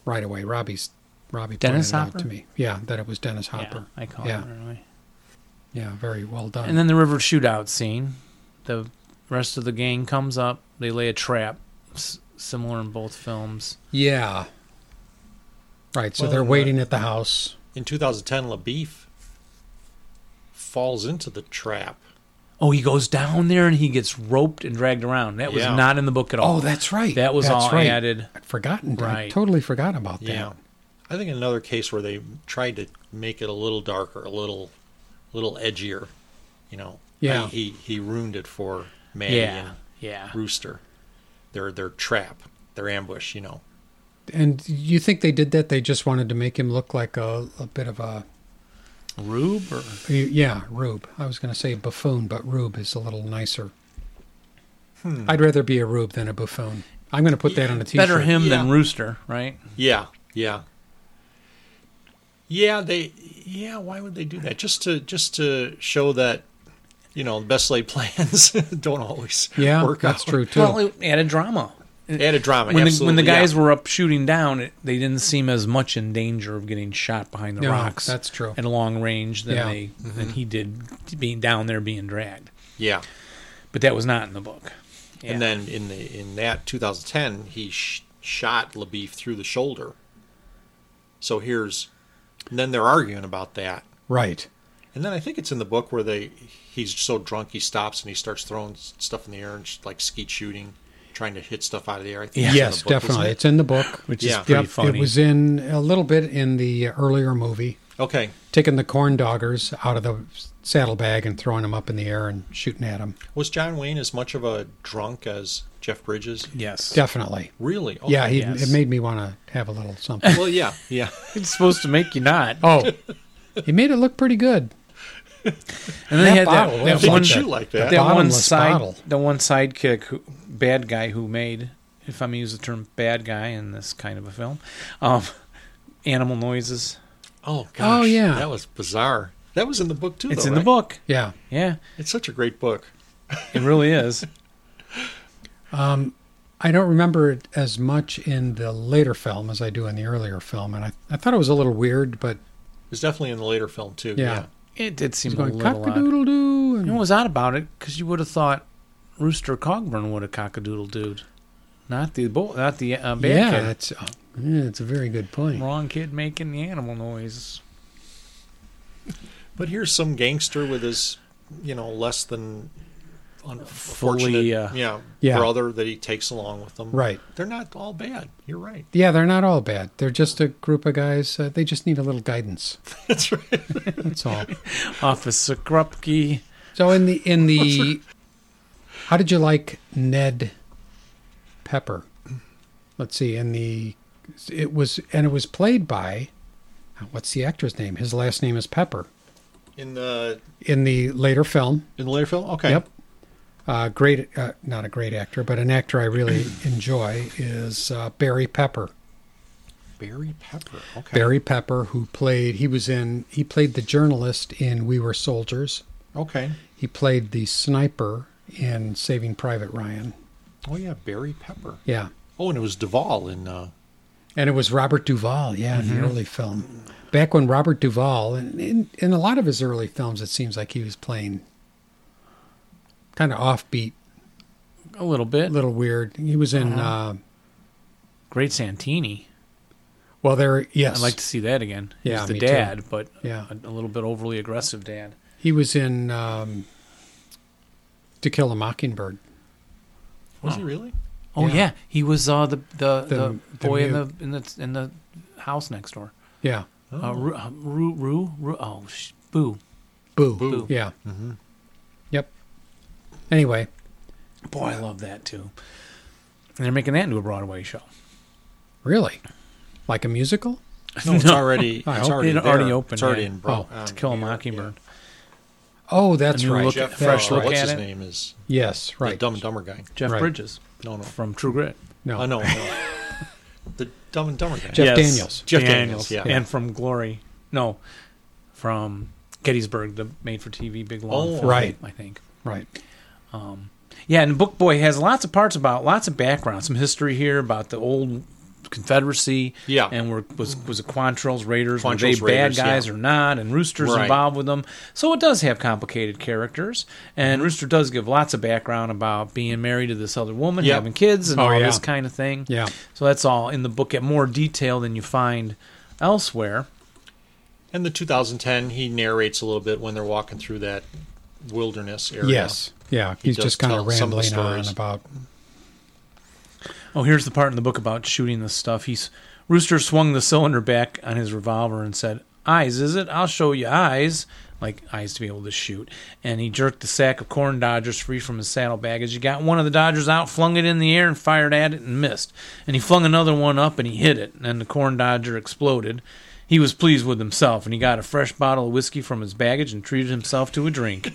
right away. Robbie's Robbie Dennis pointed it out Hopper? to me. Yeah, that it was Dennis Yeah, Hopper. I call Yeah. it. Anyway. Yeah, very well done. And then the river shootout scene. The rest of the gang comes up. They lay a trap, s- similar in both films. yeah. Right, so Well, they're and waiting at the house. In 2010, LaBeef falls into the trap. Oh, he goes down there and he gets roped and dragged around. That was Yeah. not in the book at all. Oh, that's right. That was That's all right. added. I'd forgotten. I Right. totally forgot about that. Yeah. I think another case where they tried to make it a little darker, a little, little edgier. You know. Yeah. He he, he ruined it for Maddie Yeah. Yeah. and Rooster. Their their trap, their ambush. You know. And you think they did that? They just wanted to make him look like a, a bit of a Rube or yeah, rube. I was going to say buffoon, but rube is a little nicer. I'd rather be a rube than a buffoon. I'm going to put that on a t-shirt. better him than Yeah. Rooster, right? Yeah, yeah, yeah. They, yeah. Why would they do that? Just to just to show that you know the best laid plans don't always Yeah, work that's out. true too. Well, it added drama. Add a drama When the, absolutely, when the guys yeah. were up shooting down, it, they didn't seem as much in danger of getting shot behind the No, rocks. that's true. At long range than Yeah. they Mm-hmm. than he did being down there being dragged. yeah. But that was not in the book. Yeah. And then in the in that 2010, he sh- shot Labeef through the shoulder. So here's, and then they're arguing about that, right. and then I think it's in the book where they he's so drunk he stops and he starts throwing s- stuff in the air and sh- like skeet shooting, trying to hit stuff out of the air. I think it's in Yes, the book, isn't definitely. it? It's in the book. which Yeah. is pretty Yep, funny. It was in a little bit in the earlier movie, Okay, taking the corn doggers out of the saddlebag and throwing them up in the air and shooting at them. Was John Wayne as much of a drunk as Jeff Bridges? yes, Definitely. Really? Oh, Yeah, he, yes. it made me want to have a little something. Well, yeah, yeah. it's supposed to make you not. oh, he made it look pretty good. And then That they had bottle, that, that yeah. one Didn't you like that? that one bottomless side, bottle. the one sidekick, who, bad guy who made, if I'm gonna use the term bad guy in this kind of a film, um, animal noises. Oh gosh. Oh, yeah. That was bizarre. That was in the book too. It's though, in the right? book. Yeah. Yeah, It's such a great book. it really is. Um, I don't remember it as much in the later film as I do in the earlier film, and I, I thought it was a little weird, but It's definitely in the later film too. Yeah. It did seem he's a going little odd. You cockadoodle doo, know what and was odd about it? Because you would have thought Rooster Cogburn would have cockadoodle dude, not the bo- not the uh, bad yeah, kid. it's uh, yeah, it's a very good point. Wrong kid making the animal noise. But here's some gangster with his, you know, less than unfortunate, Fully, uh, yeah, Yeah. brother that he takes along with him. Right. They're not all bad. You're right. Yeah, they're not all bad. They're just a group of guys. Uh, they just need a little guidance. That's right. That's all. Officer Krupke. so in the in the, how did you like Ned Pepper? Let's see. In the, it was and it was played by, uh, what's the actor's name? His last name is Pepper. In the In the later film, in the later film, okay. Yep. Uh, great, uh, not a great actor, but an actor I really enjoy is uh, Barry Pepper. Barry Pepper. Okay. Barry Pepper, who played, he was in, he played the journalist in We Were Soldiers. Okay. He played the sniper in Saving Private Ryan. Oh yeah, Barry Pepper. Yeah. Oh, and it was Duvall in. Uh, And it was Robert Duvall, yeah, in the early film. Back when Robert Duvall, and in, in a lot of his early films, it seems like he was playing kind of offbeat, A little a bit. little weird. He was in, uh, Great Santini. well, there, yes. I'd like to see that again. Yeah, He's the me too. dad, but Yeah. a, a little bit overly aggressive dad. He was in um, To Kill a Mockingbird. was he really? Oh Yeah. yeah, he was uh, the, the The- the the boy in the mute. in the in the house next door. Yeah. Uh, Roo, uh, Roo, Roo, Roo, oh, sh- boo. Boo. Boo. Yeah. Yep. Anyway, Boy, I love that too. And they're making that into a Broadway show. really? Like a musical? No, it's already. I It's hope- already, It there. already opened, It's already yeah. in Bro. Oh, um, to kill a yeah, mockingbird. Oh, that's A new right. look yeah. Jeff, That's fresh uh, right. look what's at his it. name is Yes, the right. dumb and dumber guy. Jeff Right. Bridges No, no, from True Grit. No. I know. the dumb and dumber guy. Jeff Daniels. Jeff Daniels, yeah. And from Glory. No, from Gettysburg, the made for TV big long Oh, film, right. I think. Right. Yeah, and Book Boy has lots of parts about lots of background, some history here about the old Confederacy. Yeah. and were was was it Quantrell's Raiders? were they Quantrell's Raiders, bad guys yeah. or not? And Rooster's Right. involved with them, so it does have complicated characters. Mm-hmm. And Rooster does give lots of background about being married to this other woman, Yeah. having kids, and Oh, all yeah. this kind of thing. Yeah. so that's all in the book at more detail than you find elsewhere. And the 2010, he narrates a little bit when they're walking through that wilderness area. Yes. Yeah. He He's does just kind of tell some of the rambling on stories. about. Oh, here's the part in the book about shooting this stuff. He's Rooster swung the cylinder back on his revolver and said, "Eyes, is it? I'll show you eyes." Like eyes to be able to shoot, and he jerked the sack of corn dodgers free from his saddle baggage. He got one of the dodgers out, flung it in the air, and fired at it and missed. And he flung another one up and he hit it, and the corn dodger exploded. He was pleased with himself, and he got a fresh bottle of whiskey from his baggage and treated himself to a drink.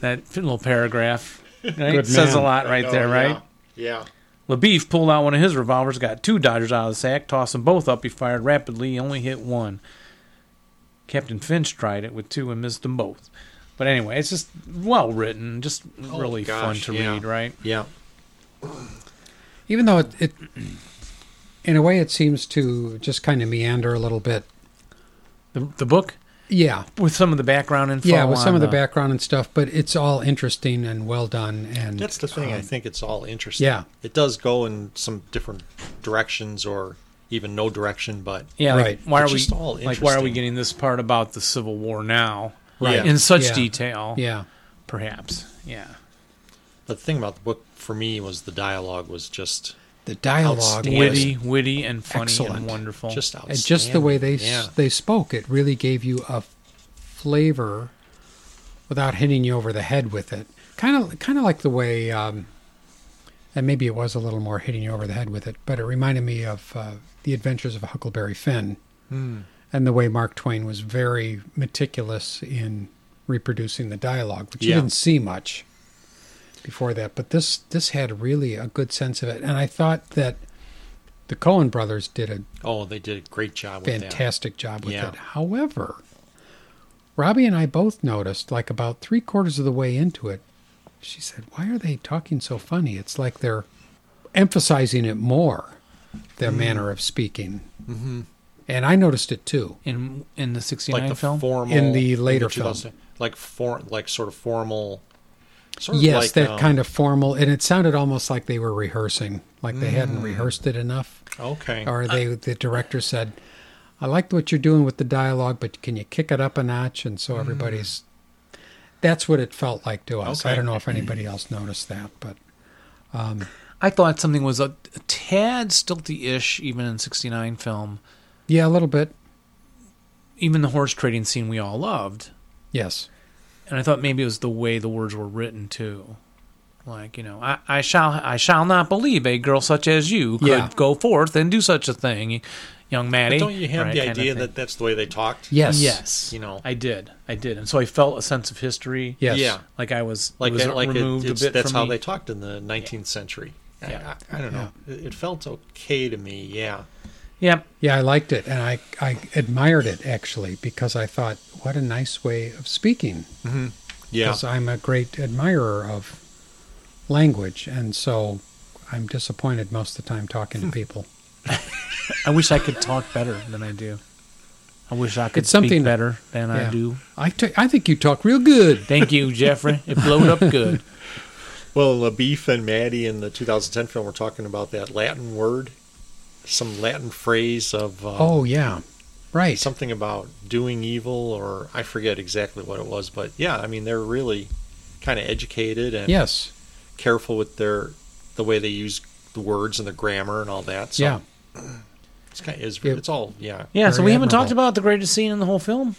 that little paragraph right, says a man. lot right there, right? Yeah. LaBeef pulled out one of his revolvers, got two Dodgers out of the sack, tossed them both up. He fired rapidly, he only hit one. Captain Finch tried it with two and missed them both. But anyway, it's just well written, just really Oh, gosh, fun to yeah. read, right? Yeah. Even though it, it, in a way, it seems to just kind of meander a little bit. The, the book Yeah. with some of the background info. Yeah, with some on of the background and stuff, but it's all interesting and well done. And um, That's the thing. I think it's all interesting. Mm. yeah. It does go in some different directions or even no direction, but Yeah, like, Right. why are It's we just all like why are we interesting. getting this part about the Civil War now? Right. In such Yeah. detail, yeah, perhaps. Yeah. the thing about the book for me was the dialogue was just the dialogue Outstanding. was Witty, witty and funny Excellent. and wonderful. just and outstanding. just the way they s- yeah. they spoke it really gave you a flavor without hitting you over the head with it kind of kind of like the way um, and maybe it was a little more hitting you over the head with it but it reminded me of uh, the adventures of huckleberry finn Hmm. and the way mark twain was very meticulous in reproducing the dialogue which you Yeah. didn't see much before that but this this had really a good sense of it and i thought that the cohen brothers did a Oh, they did a great job with fantastic job with Yeah. it. However, Robbie and I both noticed, like about three quarters of the way into it, she said, "Why are they talking so funny? It's like they're emphasizing it more, their Mm. manner of speaking. Mm-hmm. And I noticed it too. in in the '69 like the film. formal In the later what you film. say, like for like sort of formal. Sort Yes, like, that um, kind of formal, and it sounded almost like they were rehearsing, like they Mm. hadn't rehearsed it enough. Okay. Or they, the director said, "I liked what you're doing with the dialogue, but can you kick it up a notch?" And Mm. so everybody's. That's what it felt like to us. I Okay. Mm. don't know if anybody else noticed that, but I thought something was a, a tad stilty-ish, even in '69 film. yeah, a little bit. Even the horse trading scene we all loved, Yes. and I thought maybe it was the way the words were written too. Like you know, I, I shall I shall not believe a girl such as you could Yeah. go forth and do such a thing, young Maddie. But don't you have Right, the kinda idea thing. that that's the way they talked? Yes. Yes, You know. I did, I did, and so I felt a sense of history. Yes. Yeah. like I was like Like was it- like it- removed it's- a bit. that's from how me. they talked in the 19th century. I- Yeah. I, I don't know. It, it felt okay to me. Yeah. Yeah, Yeah, I liked it, and I I admired it actually because I thought, what a nice way of speaking. Yeah. because I'm a great admirer of language, and so I'm disappointed most of the time talking Hmm. to people. I wish I could talk better than I do. I wish I could It's something- speak better than I Yeah. do. I ta- I think you talk real good. Thank you, Jeffrey. It blowed up good. Well, LaBeef and Maddie in the 2010 film were talking about that Latin word, some Latin phrase of uh, Oh yeah, right. something about doing evil, or I forget exactly what it was, but yeah, I mean they're really kind of educated and yes, careful with their the way they use the words and the grammar and all that. So yeah. it's kind of, it's, Yeah. it's all yeah. Yeah, so Very we haven't admirable. talked about the greatest scene in the whole film.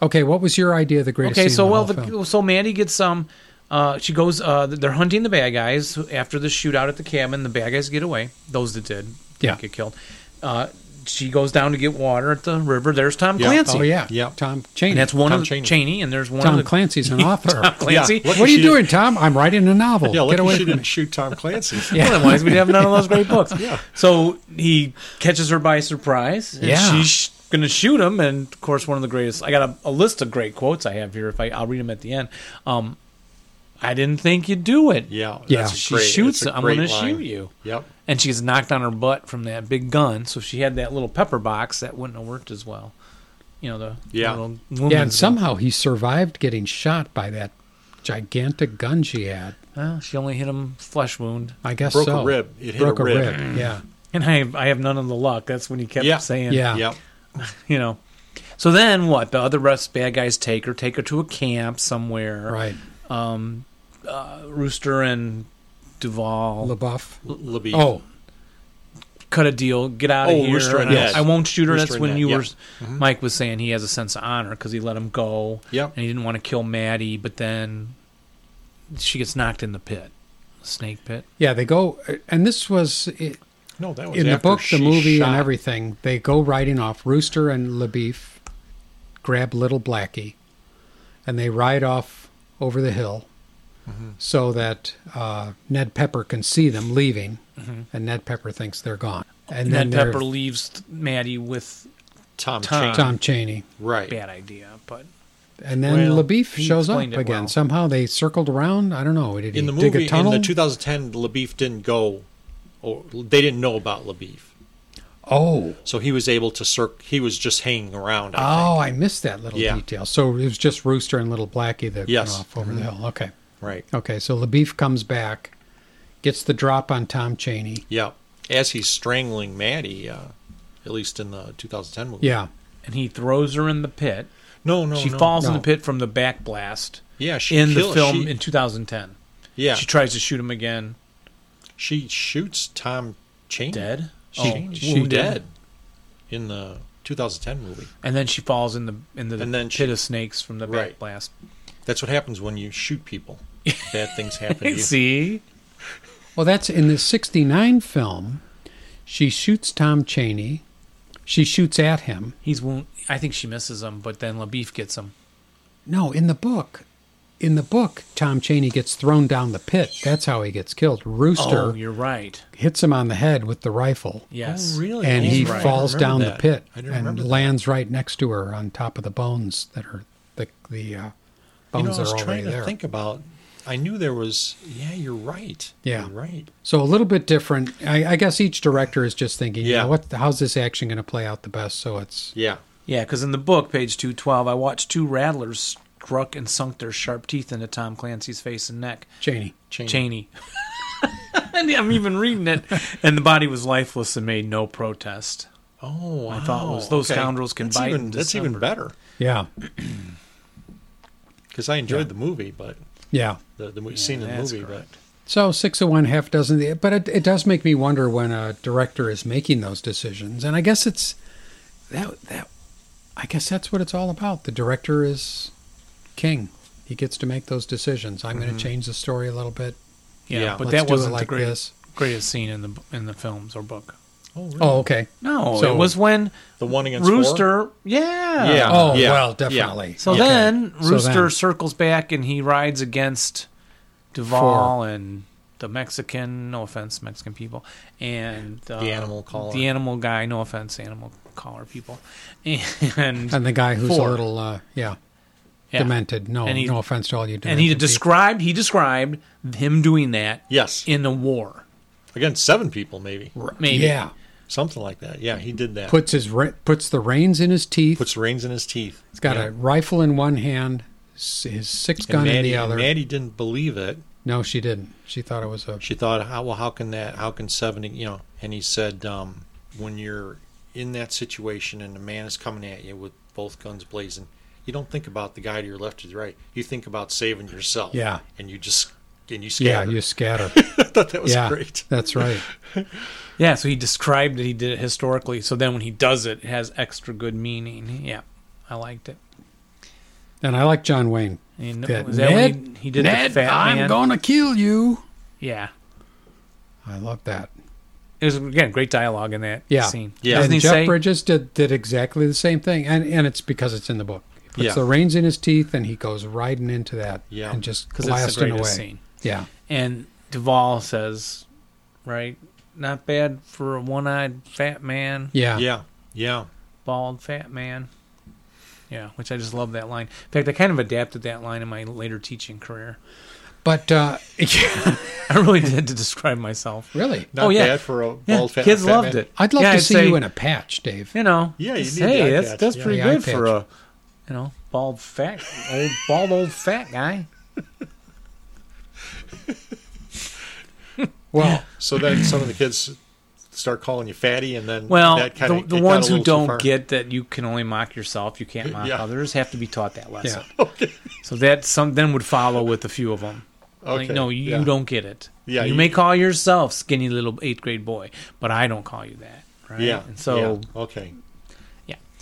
Okay, what was your idea of the greatest? okay, scene so in the well, whole film? the, so Mandy gets um, uh, she goes. Uh, they're hunting the bad guys after the shootout at the cabin. The bad guys get away. Those that did, Yeah. get killed. Uh, she goes down to get water at the river. There's Tom Yeah. Clancy. oh yeah, Yeah. Tom Cheney. and that's one Tom of Cheney. Cheney. and there's one Tom of the, Clancy's an author. Clancy. Yeah, look- What are you She- doing, Tom? I'm writing a novel. Yeah, Get lucky away she from me. didn't shoot Tom Clancy. Yeah. Otherwise, we'd have none of those great books. Yeah. So he catches her by surprise. And Yeah. She's sh- going to shoot him. And of course, one of the greatest. I got a, a list of great quotes I have here. If I, I'll read them at the end. Um, I didn't think you'd do it. Yeah, Yeah. that's a She great- shoots. it's a I'm great going to line. shoot you. Yep. And she gets knocked on her butt from that big gun. So if she had that little pepper box, that wouldn't have worked as well. You know the Yeah. little Yeah, and woman's gun. somehow he survived getting shot by that gigantic gun she had. Well, she only hit him flesh wound. I guess Broke a so. rib. It hit a Broke a rib. rib. Yeah. And I have, I have none of the luck. That's when he kept Yeah. saying, Yeah. Yep. you know. So then what? The other rest bad guys take her, take her to a camp somewhere. Right. Um, uh, Rooster and Duval LaBeouf. LaBeef. Oh, cut a deal, get out of Oh, here. Rooster and I- Ned. I won't shoot her. Rooster That's and when Ned, you yeah. Mm-hmm. were, Mike was saying he has a sense of honor because he let him go. Yep. And he didn't want to kill Maddie, but then she gets knocked in the pit, snake pit. yeah. They go, and this was i- No, that was in the after book, the she movie, and shot. everything. They go riding off. Rooster and LaBeef grab little Blackie, and they ride off over the hill Mm-hmm. so that uh, Ned Pepper can see them leaving, Mm-hmm. and Ned Pepper thinks they're gone. And Ned then Pepper Pepper, leaves Maddie with Tom, Tom. Tom. Tom Cheney, Right. bad idea, but and then Well, LaBeef he shows up explained it again. well. Somehow they circled around. I don't know. Did he in the dig movie a in tunnel? the 2010 LaBeef didn't go or they didn't know about LaBeef. oh. So he was able to circ he was just hanging around. I Oh, I missed that little Yeah. detail. So it was just Rooster and Little Blackie that Yes. Mm-hmm. went off over the hill. Okay. think. Right. Okay, so LaBeef comes back, gets the drop on Tom Cheney. Yeah. As he's strangling Maddie uh, at least in the 2010 movie. Yeah, and he throws her in the pit. No, no. she no. falls in no. the pit from the back blast Yeah, she in the kill- film she- in 2010. yeah. She She, tries to shoot him again. shoots Tom Cheney. Dead. She, Oh, she wounded. dead in the 2010 movie. And then she falls in the into the And then pit she- of snakes from the back Right. blast. That's what happens when you shoot people. Bad things happen to you. See? Well, that's in the 69 film. She shoots Tom Cheney. She shoots at him. He's wound I think she misses him, but then LaBeef gets him. No, in the book. In the book, Tom Cheney gets thrown down the pit. That's how he gets killed. Oh, Rooster you're right. hits him on the head with the rifle. Yes. Oh, really? And That's he right. I falls remember down that. the pit I didn't and remember that. lands right next to her on top of the bones that are the the uh, You bones know, I was that are already trying to there. think about. I knew there was. Yeah, you're right. Yeah. You're right. So a little bit different. I, I guess each director is just thinking, yeah, Yeah. what? How's this action going to play out the best? So it's Yeah. Yeah, because in the book, page 212, I watched two rattlers struck and sunk their sharp teeth into Tom Clancy's face and neck. Cheney. Change. Cheney. and I'm even reading it. And the body was lifeless and made no protest. Oh, I thought it wow, was those okay. scoundrels can that's bite Even, in that's even December. better Yeah, because I enjoyed the movie, but yeah. the the mo- scene in the that's movie, correct. So six of one, half dozen. of the- But it, it does make me wonder when a director is making those decisions. And I guess it's that that. I guess that's what it's all about. The director is king. He gets to make those decisions. I'm going to change the story a little bit. Yeah, Yeah. Mm-hmm. but Let's that do it wasn't like the greatest, this. greatest scene in the in the films or book. but oh, really? Oh, okay. No, So- it was when the one against Four? Rooster. Yeah. Yeah. Oh, yeah, well, yeah. definitely. So Okay. then So Rooster then- circles back and he rides against Duvall and the Mexican. No offense, Mexican people, and uh, animal caller. the animal guy. No offense, animal caller people, and and the guy who's Four. a little, uh, yeah, yeah. demented. No, And he- no offense to all you. And he demented people. described he described him doing that Yes, in a war. against seven people, maybe Maybe. Yeah, something like that. Yeah, he did that. puts his re- puts the reins in his teeth. Puts reins in his teeth. He's got a rifle in one hand, s- his six And gun Maddie, in the and other. Maddie didn't believe it. No, she didn't. She thought it was a She thought, how, well, how can that? How can seventy? You know? And he said, um, when you're in that situation and the man is coming at you with both guns blazing, you don't think about the guy to your left or the right. You think about saving yourself. Yeah. And you just and you yeah. scatter. You scatter. I thought that was yeah, great. that's right. Yeah, so he described that he did it historically. So then when he does it, it has extra good meaning. Yeah, I liked it. And I like John Wayne. And That was that when Ned- he, he did the Fat I'm Man? gonna kill you. yeah, I love that. it was again great dialogue in that Yeah. scene. Yeah. doesn't and he Jeff say? Bridges did did exactly the same thing, and and it's because it's in the book. He puts Yeah. the reins in his teeth, and he goes riding into that. Yeah. and just Because it's the blasting away. greatest scene. Yeah, And Duvall says, right, not bad for a one-eyed fat man, yeah, Yeah. Yeah. bald fat man. Yeah, which I just love that line. In fact, I kind of adapted that line in my later teaching career. But uh, I really did to describe myself. really, Not Oh, yeah. bad for a bald Yeah, fat kids fat loved man. it. I'd love Yeah, to I'd see say- you in a patch, Dave. you know. Yeah, you just, need the hey, eye that's patch, that's yeah. pretty The eye good for patch. a you know bald fat old bald old fat guy. Well, So then some of the kids start calling you fatty, and then Well, that kinda, the, the it got ones a who little too far. don't get that you can only mock yourself, you can't mock Yeah. others, have to be taught that lesson. yeah, So that some then would follow with a few of them. Like, Okay, no, you yeah. don't get it. Yeah, you, you- may call yourself skinny little eighth grade boy, but I don't call you that. Right? Yeah. And so yeah, okay.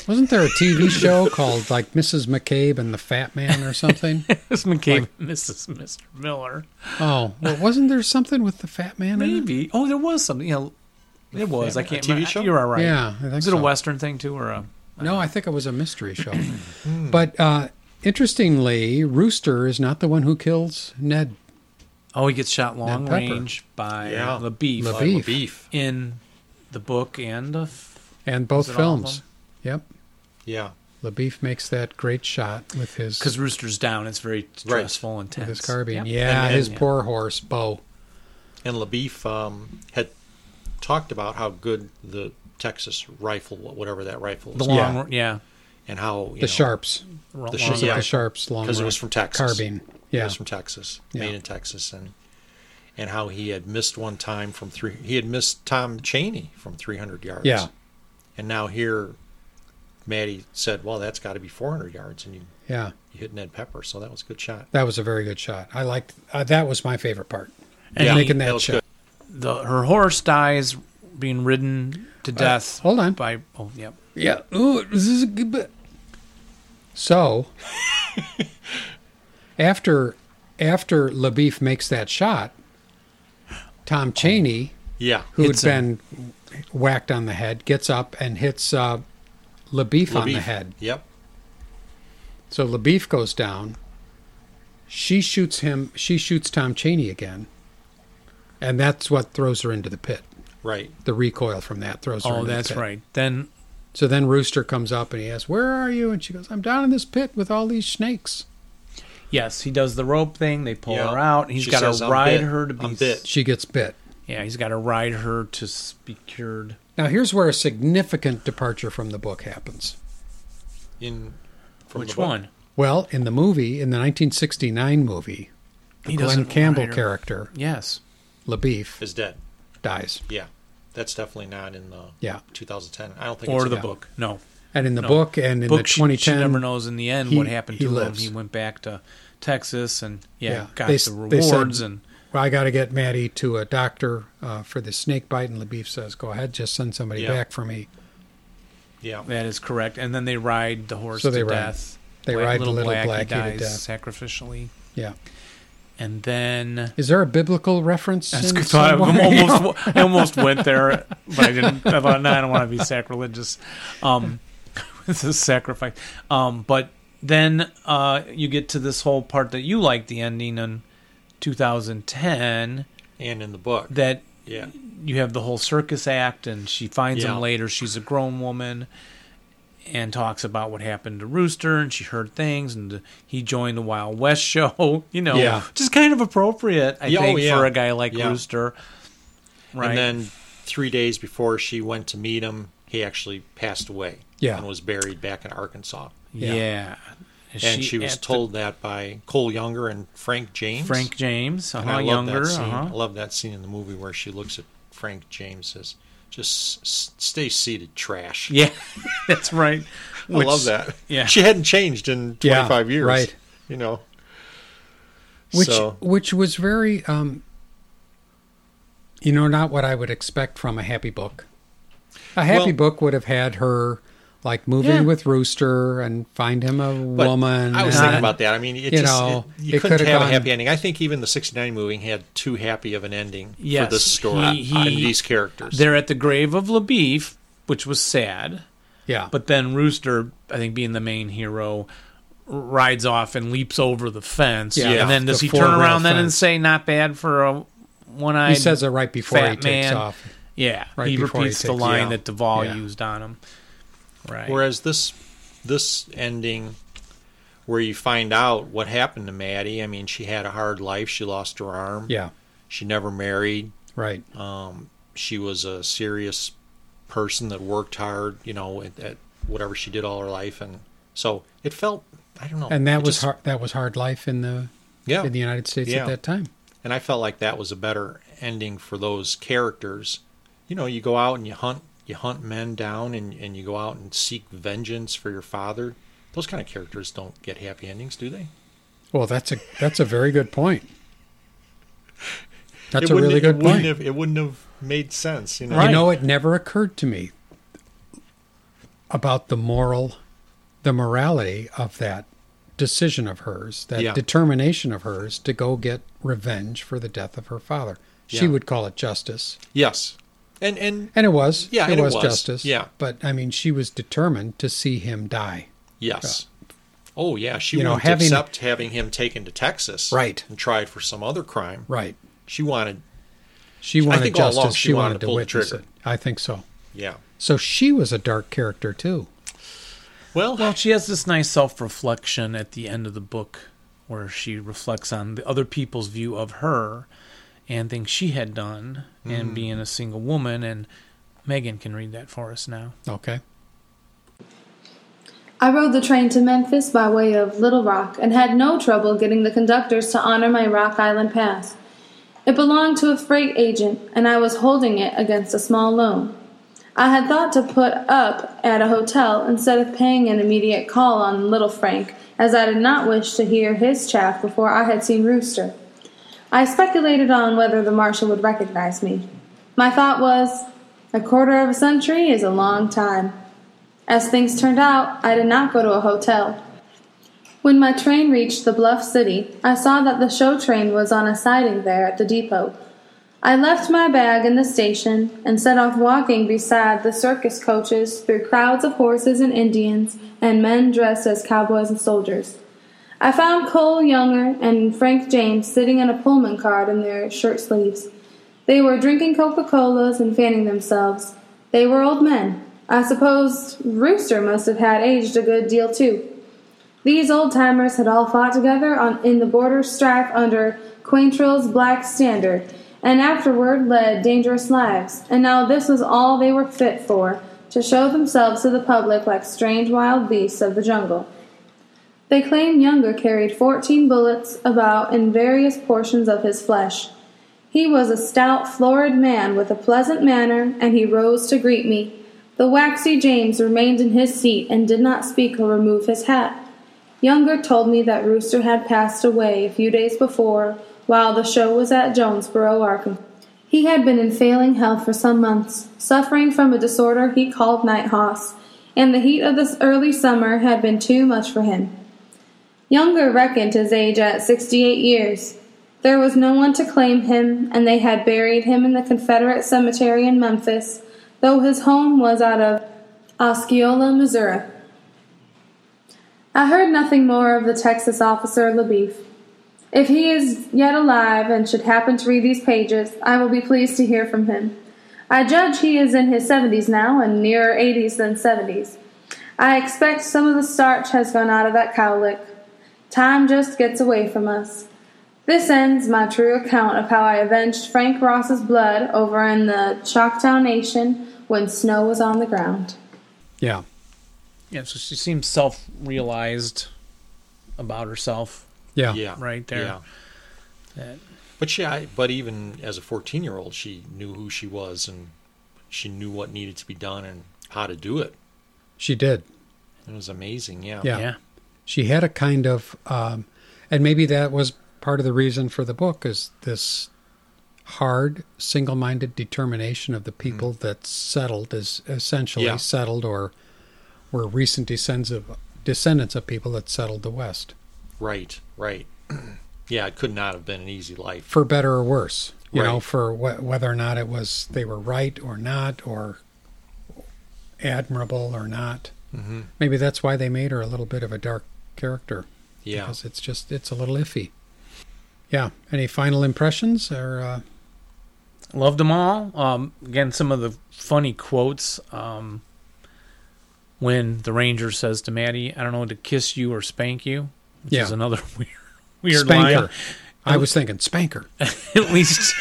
wasn't there a TV show called like Mrs. McCabe and the Fat Man or something? this McCabe, Mrs. Mr. Miller, oh, well, wasn't there something with the Fat Man? in it? maybe. Oh, there was something. You know, there was. I a can't. TV remember. show? You're all right. Yeah, I think Was it so. a western thing too, or a? No, I think it was a mystery show. but uh, interestingly, Rooster is not the one who kills Ned. Oh, he gets shot long Pepper. range by Yeah. the beef Le Well, Beef. beef. in the book and the. F- And both it all of films. Yep. Yeah. LaBeef makes that great shot with his because Rooster's down, it's very stressful and with tense. his carbine. Yep. Yeah, And- his and- poor horse, Bo. And LaBeef um, had talked about how good the Texas rifle, whatever that rifle the was, long, Yeah. yeah, yeah. and how you The know, Sharps. Ro- long- The sh- Yeah. Yeah. The Sharps long because it was range from Texas. carbine. It Yeah. was from Texas, Yeah. made in Texas, and and how he had missed one time from three. He had missed Tom Cheney from 300 yards. Yeah. And now here, Maddie said, "Well, that's got to be 400 yards," and you, Yeah. you hit Ned Pepper, so that was a good shot. That was a very good shot. I liked uh, that was my favorite part. And Yeah. making that, That was shot. the her horse dies being ridden to death. hold on. by oh yeah, Yeah. Ooh, this is a good bit. So after after LaBeef makes that shot, Tom Cheney, Yeah. who had Hits him. been whacked on the head, gets up and hits uh, LaBeef on the LaBeef. head. Yep. So LaBeef goes down. She shoots him. She shoots Tom Cheney again, and that's what throws her into the pit. Right. The recoil from that throws her. Oh, into the that's pit. right. Then So then Rooster comes up and he asks, "Where are you?" And she goes, "I'm down in this pit with all these snakes." Yes, he does the rope thing. They pull Yeah. her out. He's She got says, to "I'm ride bit. her to be I'm bit. She gets bit. Yeah, he's got to ride her to s- be cured. Now, here's where a significant departure from the book happens. in from the Which book. one? Well, in the movie, in the 1969 movie, the He Glenn doesn't Campbell ride her. character, Yes. LaBeef, is dead? dies. Yeah, that's definitely not in the Yeah. 2010. I don't think Or it's the in book. No. And in the No. book and in the book, she- 2010. she, never knows in the end he- what happened he to lives. him. He went back to Texas and yeah, Yeah. got They s- the they said- rewards and Well, I got to get Maddie to a doctor uh, for the snake bite, and LaBeef says, "Go ahead, just send somebody Yeah. back for me." Yeah, that is correct. And then they ride the horse So to they ride- death. they Black- ride little Blackie Blackie to dies death. sacrificially. Yeah, And then is there a biblical reference? That's in good. So I somewhere? almost, I almost went there, but I didn't. I thought, no, I don't want to be sacrilegious. Um, it's a sacrifice. Um, but then uh, you get to this whole part that you like the ending in 2010 and in the book. that yeah, you have the whole circus act and she finds Yeah. him later she's a grown woman and talks about what happened to rooster and she heard things and he joined the wild west show you know Yeah. which is kind of appropriate i Yeah, oh, think yeah. for a guy like Yeah. rooster right and then three days before she went to meet him, he actually passed away. Yeah. and was buried back in Arkansas. Yeah. yeah, And she, was at the- told that by Cole Younger and Frank James. frank james And uh-huh, I love younger that scene. I uh-huh. love that scene in the movie where she looks at Frank James says, "Just s- stay seated, trash." yeah that's right Which- I love that. yeah. she hadn't changed in Yeah, 25 years. right. You know. which so, which was very, um, you know, not what I would expect from a happy book. A happy Well- book would have had her like moving Yeah. with Rooster and find him a but woman. I was and- thinking about that. I mean, it you just, know, it- you it couldn't could've have gone- a happy ending. I think even the 69 movie had too happy of an ending Yes, for this story he- he- and these characters. they're at the grave of labeef which was sad yeah, But then Rooster, I think being the main hero, r- rides off and leaps over the fence. Yeah. And then does The he turn four-rail around then and fence. say, "Not bad for a one-eyed"? he says it right before he fat takes man. off. Yeah. right he before he repeats the takes- line yeah. that Duvall Yeah. used on him. Right. Whereas this this ending where you find out what happened to Maddie, I mean, she had a hard life. She lost her arm. Yeah, She never married. right. Um, she was a serious person that worked hard, you know, at, at whatever she did all her life, and so it felt I don't know. And that it was just- hard, that was hard life in the Yeah, in the United States Yeah. at that time. and I felt like that was a better ending for those characters. You know, you go out and you hunt, you hunt men down, and and you go out and seek vengeance for your father. Those kind of characters don't get happy endings, do they? Well, that's a that's a very good point. That's it a wouldn't- really it good wouldn't point. Have, it wouldn't have made sense, you know. You Right. know, it never occurred to me about the moral, the morality of that decision of hers, that Yeah. determination of hers to go get revenge for the death of her father. She Yeah. would call it justice, Yes, and and and it was. Yeah, it and it was, was. justice. Yeah. but I mean, she was determined to see him die. Yes. Oh yeah, she You know, wouldn't having- accept having him taken to Texas, Right. and tried for some other crime. Right. She wanted, She wanted think all justice. along she, she wanted wanted to to, pull the witness it. trigger. I think so. yeah. So she was a dark character too. Well, Well, she has this nice self-reflection at the end of the book, where she reflects on the other people's view of her, and things she had done, Mm. and being a single woman. And Megan can read that for us now. Okay. I rode the train to Memphis by way of Little Rock and had no trouble getting the conductors to honor my Rock Island pass. It belonged to a freight agent, and I was holding it against a small loan. I had thought to put up at a hotel instead of paying an immediate call on Little Frank, as I did not wish to hear his chaff before I had seen Rooster. I speculated on whether the marshal would recognize me. My thought was, a quarter of a century is a long time. As things turned out, I did not go to a hotel. When my train reached the Bluff City, I saw that the show train was on a siding there at the depot. I left my bag in the station and set off walking beside the circus coaches through crowds of horses and Indians and men dressed as cowboys and soldiers. I found Cole Younger and Frank James sitting in a Pullman car in their shirt sleeves. They were drinking Coca Colas and fanning themselves. They were old men. I suppose Rooster must have had aged a good deal too. These old timers had all fought together on, in the border strife under Quaintrill's black standard, and afterward led dangerous lives. And now this was all they were fit for to show themselves to the public like strange wild beasts of the jungle. They claim Younger carried 14 bullets about in various portions of his flesh. He was a stout, florid man with a pleasant manner, and he rose to greet me. The waxy James remained in his seat and did not speak or remove his hat. Younger told me that Rooster had passed away a few days before while the show was at Jonesboro, Arkansas. He had been in failing health for some months, suffering from a disorder he called night hoss, and the heat of this early summer had been too much for him. Younger reckoned his age at 68 years. There was no one to claim him, and they had buried him in the Confederate cemetery in Memphis, though his home was out of Osceola, Missouri. I heard nothing more of the Texas officer LaBeef. If he is yet alive and should happen to read these pages, I will be pleased to hear from him. I judge he is in his 70s now and nearer 80s than 70s. I expect some of the starch has gone out of that cowlick. Time just gets away from us. This ends my true account of how I avenged Frank Ross's blood over in the Choctaw Nation when snow was on the ground. Yeah. Yeah, so she seems self realized about herself Yeah. yeah, right there. Yeah. That- But she, I, but even as a fourteen-year-old, she knew who she was and she knew what needed to be done and how to do it. She did. It was amazing. Yeah. Yeah. yeah. She had a kind of, um, and maybe that was part of the reason for the book is this hard, single-minded determination of the people that settled is essentially Mm. Yeah. settled or were recent descendants of descendants of people that settled the West Right. Right. yeah. It could not have been an easy life. for better or worse. You know, Right. for wh- whether or not it was they were right or not, or admirable or not. Mhm. Maybe that's why they made her a little bit of a dark character. Yeah. because it's just it's a little iffy. Yeah. Any final impressions or uh, Loved them all. Um, again, some of the funny quotes. Um, when the ranger says to Maddie, "I don't know to kiss you or spank you," which Yeah. is another weird, weird spanker? line. I was thinking spanker. At least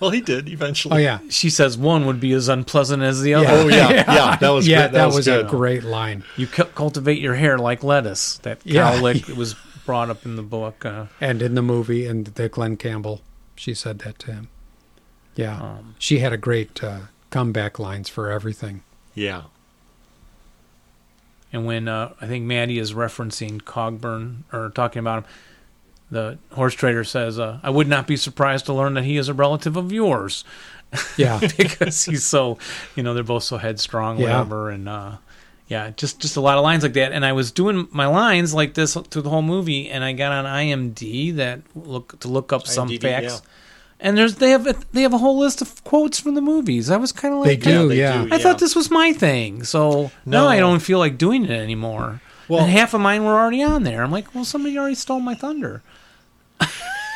Well, he did eventually. Oh yeah, she says one would be as unpleasant as the other. Oh yeah. Yeah. That was. yeah. good. That, was, a good. great line. You cu- cultivate your hair like lettuce. That Yeah. cowlick that was brought up in the book. Uh, And in the movie, and the Glenn Campbell, she said that to him. Yeah, Um, she had a great uh, comeback lines for everything. Yeah. and when uh, I think Maddie is referencing Cogburn or talking about him, the horse trader says, uh, "I would not be surprised to learn that he is a relative of yours Yeah, because he's so, you know, they're both so headstrong, Yeah. whatever." And uh, yeah, just just a lot of lines like that. And I was doing my lines like this through the whole movie, and I got on IMD that look to look up some IMDb, facts. yeah. And there's they have a, they have a whole list of quotes from the movies. I was kind of like They do, they yeah. do, I thought this was my thing, so now No. I don't feel like doing it anymore. Well- and half of mine were already on there. I'm like, well, somebody already stole my thunder.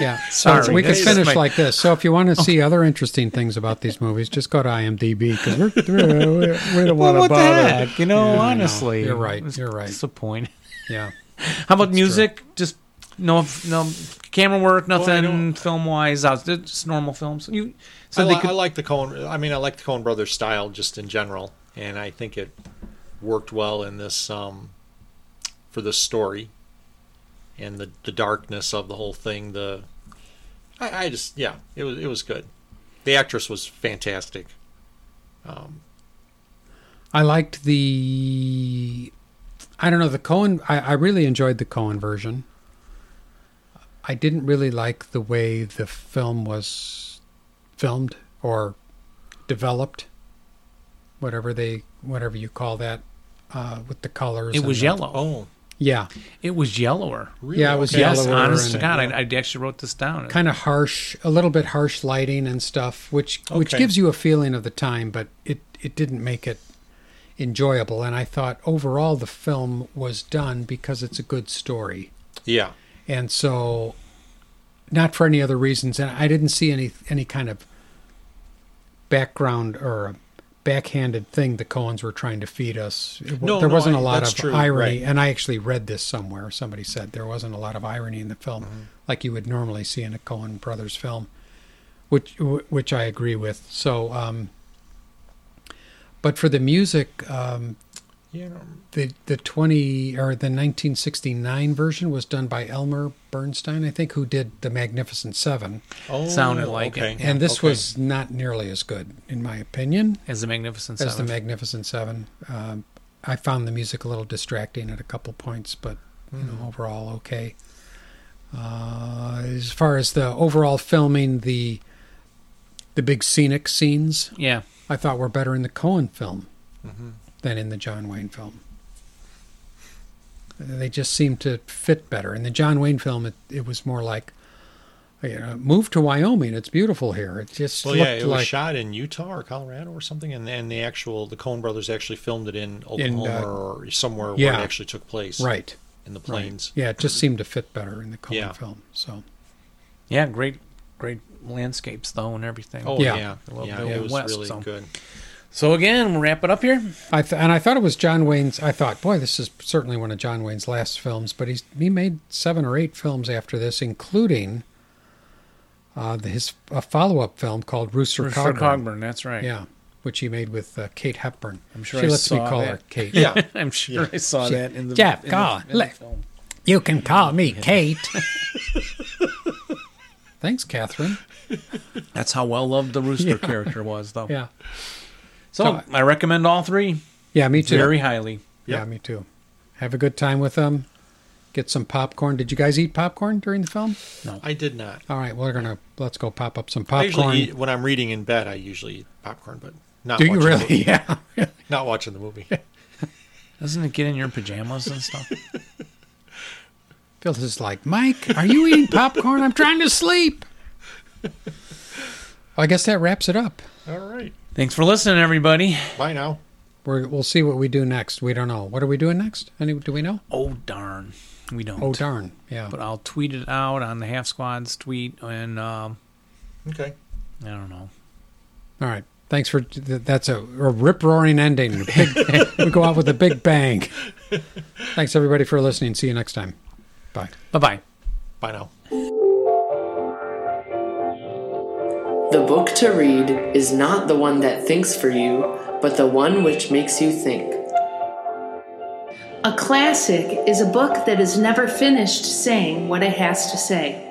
yeah. So Sorry, we could this is finish my- like this. So if you want to see other interesting things about these movies, just go to IMDb because we're, we're, we don't Well, want to what the bother. heck? You know, Yeah, I know. honestly, You're right, I was you're right. Disappointed. Yeah, How about music? Just no, no camera work, I nothing don't- film wise. Just normal films. You so I, they li- could. I like the Cohen. I mean, I like the Cohen brothers style just in general, and I think it worked well in this um, for this story and the the darkness of the whole thing. The I, I just yeah, it was it was good. The actress was fantastic. Um, I liked the. I don't know the Cohen. I, I really enjoyed the Cohen version. I didn't really like the way the film was filmed or developed, whatever they whatever you call that, uh, with the colors. it and was the- yellow. oh, Yeah, It was yellower. really? Yeah, it was Okay. yellow. Yes, Yellower honest to and- God, I, I actually wrote this down. kind of harsh, a little bit harsh lighting and stuff, which which Okay. gives you a feeling of the time, but it it didn't make it enjoyable. And I thought overall the film was done because it's a good story, Yeah, and so not for any other reasons. And I didn't see any any kind of background or backhanded thing the Coens were trying to feed us. It, No, there no, wasn't I- a lot that's of true, irony, right. and I actually read this somewhere. Somebody said there wasn't a lot of irony in the film, Mm-hmm. like you would normally see in a Coen brothers film, which wh- which I agree with. So, um, but for the music, um, You know, the the twenty or the nineteen sixty nine version was done by Elmer Bernstein, I think, who did the Magnificent Seven, oh, Sounded like it. Yeah, and this okay. was not nearly as good, in my opinion as the Magnificent as the Seven. Magnificent Seven. Um, I found the music a little distracting at a couple points, but you know, Hmm. overall okay. Uh, as far as the overall filming, the the big scenic scenes, yeah, I thought were better in the Cohen film Mm-hmm. than in the John Wayne film. They just seemed to fit better. In the John Wayne film, it, it was more like, you know, move to Wyoming. It's beautiful here. It just Well, looked yeah, it like was shot in Utah or Colorado or something, and then the actual the Coen Brothers actually filmed it in Oklahoma or somewhere where uh, yeah. it actually took place, right. in the plains. Yeah, it just seemed to fit better in the Cohen Yeah. film. So yeah, great, great landscapes though, and everything. Oh Yeah. yeah, yeah, Well, it Bill was West, really so. good. So again, we'll wrap it up here. I th- and I thought it was John Wayne's. I thought, boy, this is certainly one of John Wayne's last films. But he's he made seven or eight films after this, including uh, the, his a follow up film called Rooster, For Cogburn. Cogburn, that's right. Yeah, which he made with uh, Kate Hepburn. I'm sure she I lets me saw call that. her Kate. Yeah, I'm sure I saw She- that in the Jeff, in go the- on, in the let- film. You can call me Kate. Thanks, Catherine. That's how well loved the rooster character was, though. Yeah, So I recommend all three yeah, me too. very highly. Yeah, me too. Have a good time with them. Get some popcorn. Did you guys eat popcorn during the film? I did not. All right, we're gonna let's go pop up some I usually popcorn. eat, when I'm reading in bed. I usually eat popcorn, but not Do you watching the really? movie. Yeah. not watching the movie. Doesn't it get in your pajamas and stuff? Phil is like, Mike, are you eating popcorn? I'm trying to sleep. I guess that wraps it up. All right, Thanks for listening, everybody. bye now. We're, we'll see what we do next. We don't know. What are we doing next? Any, do we know? Oh darn, we don't. Oh darn! Yeah. But I'll tweet it out on the Half Squad's tweet, and um, Okay, I don't know. All right. Thanks for th- that's a, a rip roaring ending. A big, we go out with a big bang. Thanks everybody for listening. See you next time. Bye. Bye bye. bye now. The book to read is not the one that thinks for you, but the one which makes you think. A classic is a book that is never finished saying what it has to say.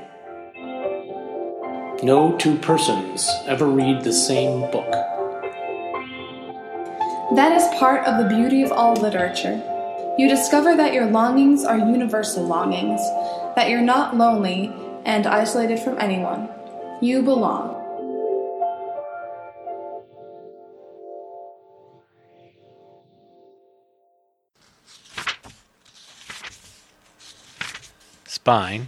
No two persons ever read the same book. That is part of the beauty of all literature. You discover that your longings are universal longings, that you're not lonely and isolated from anyone. You belong. Spine.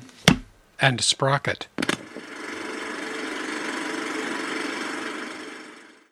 And sprocket.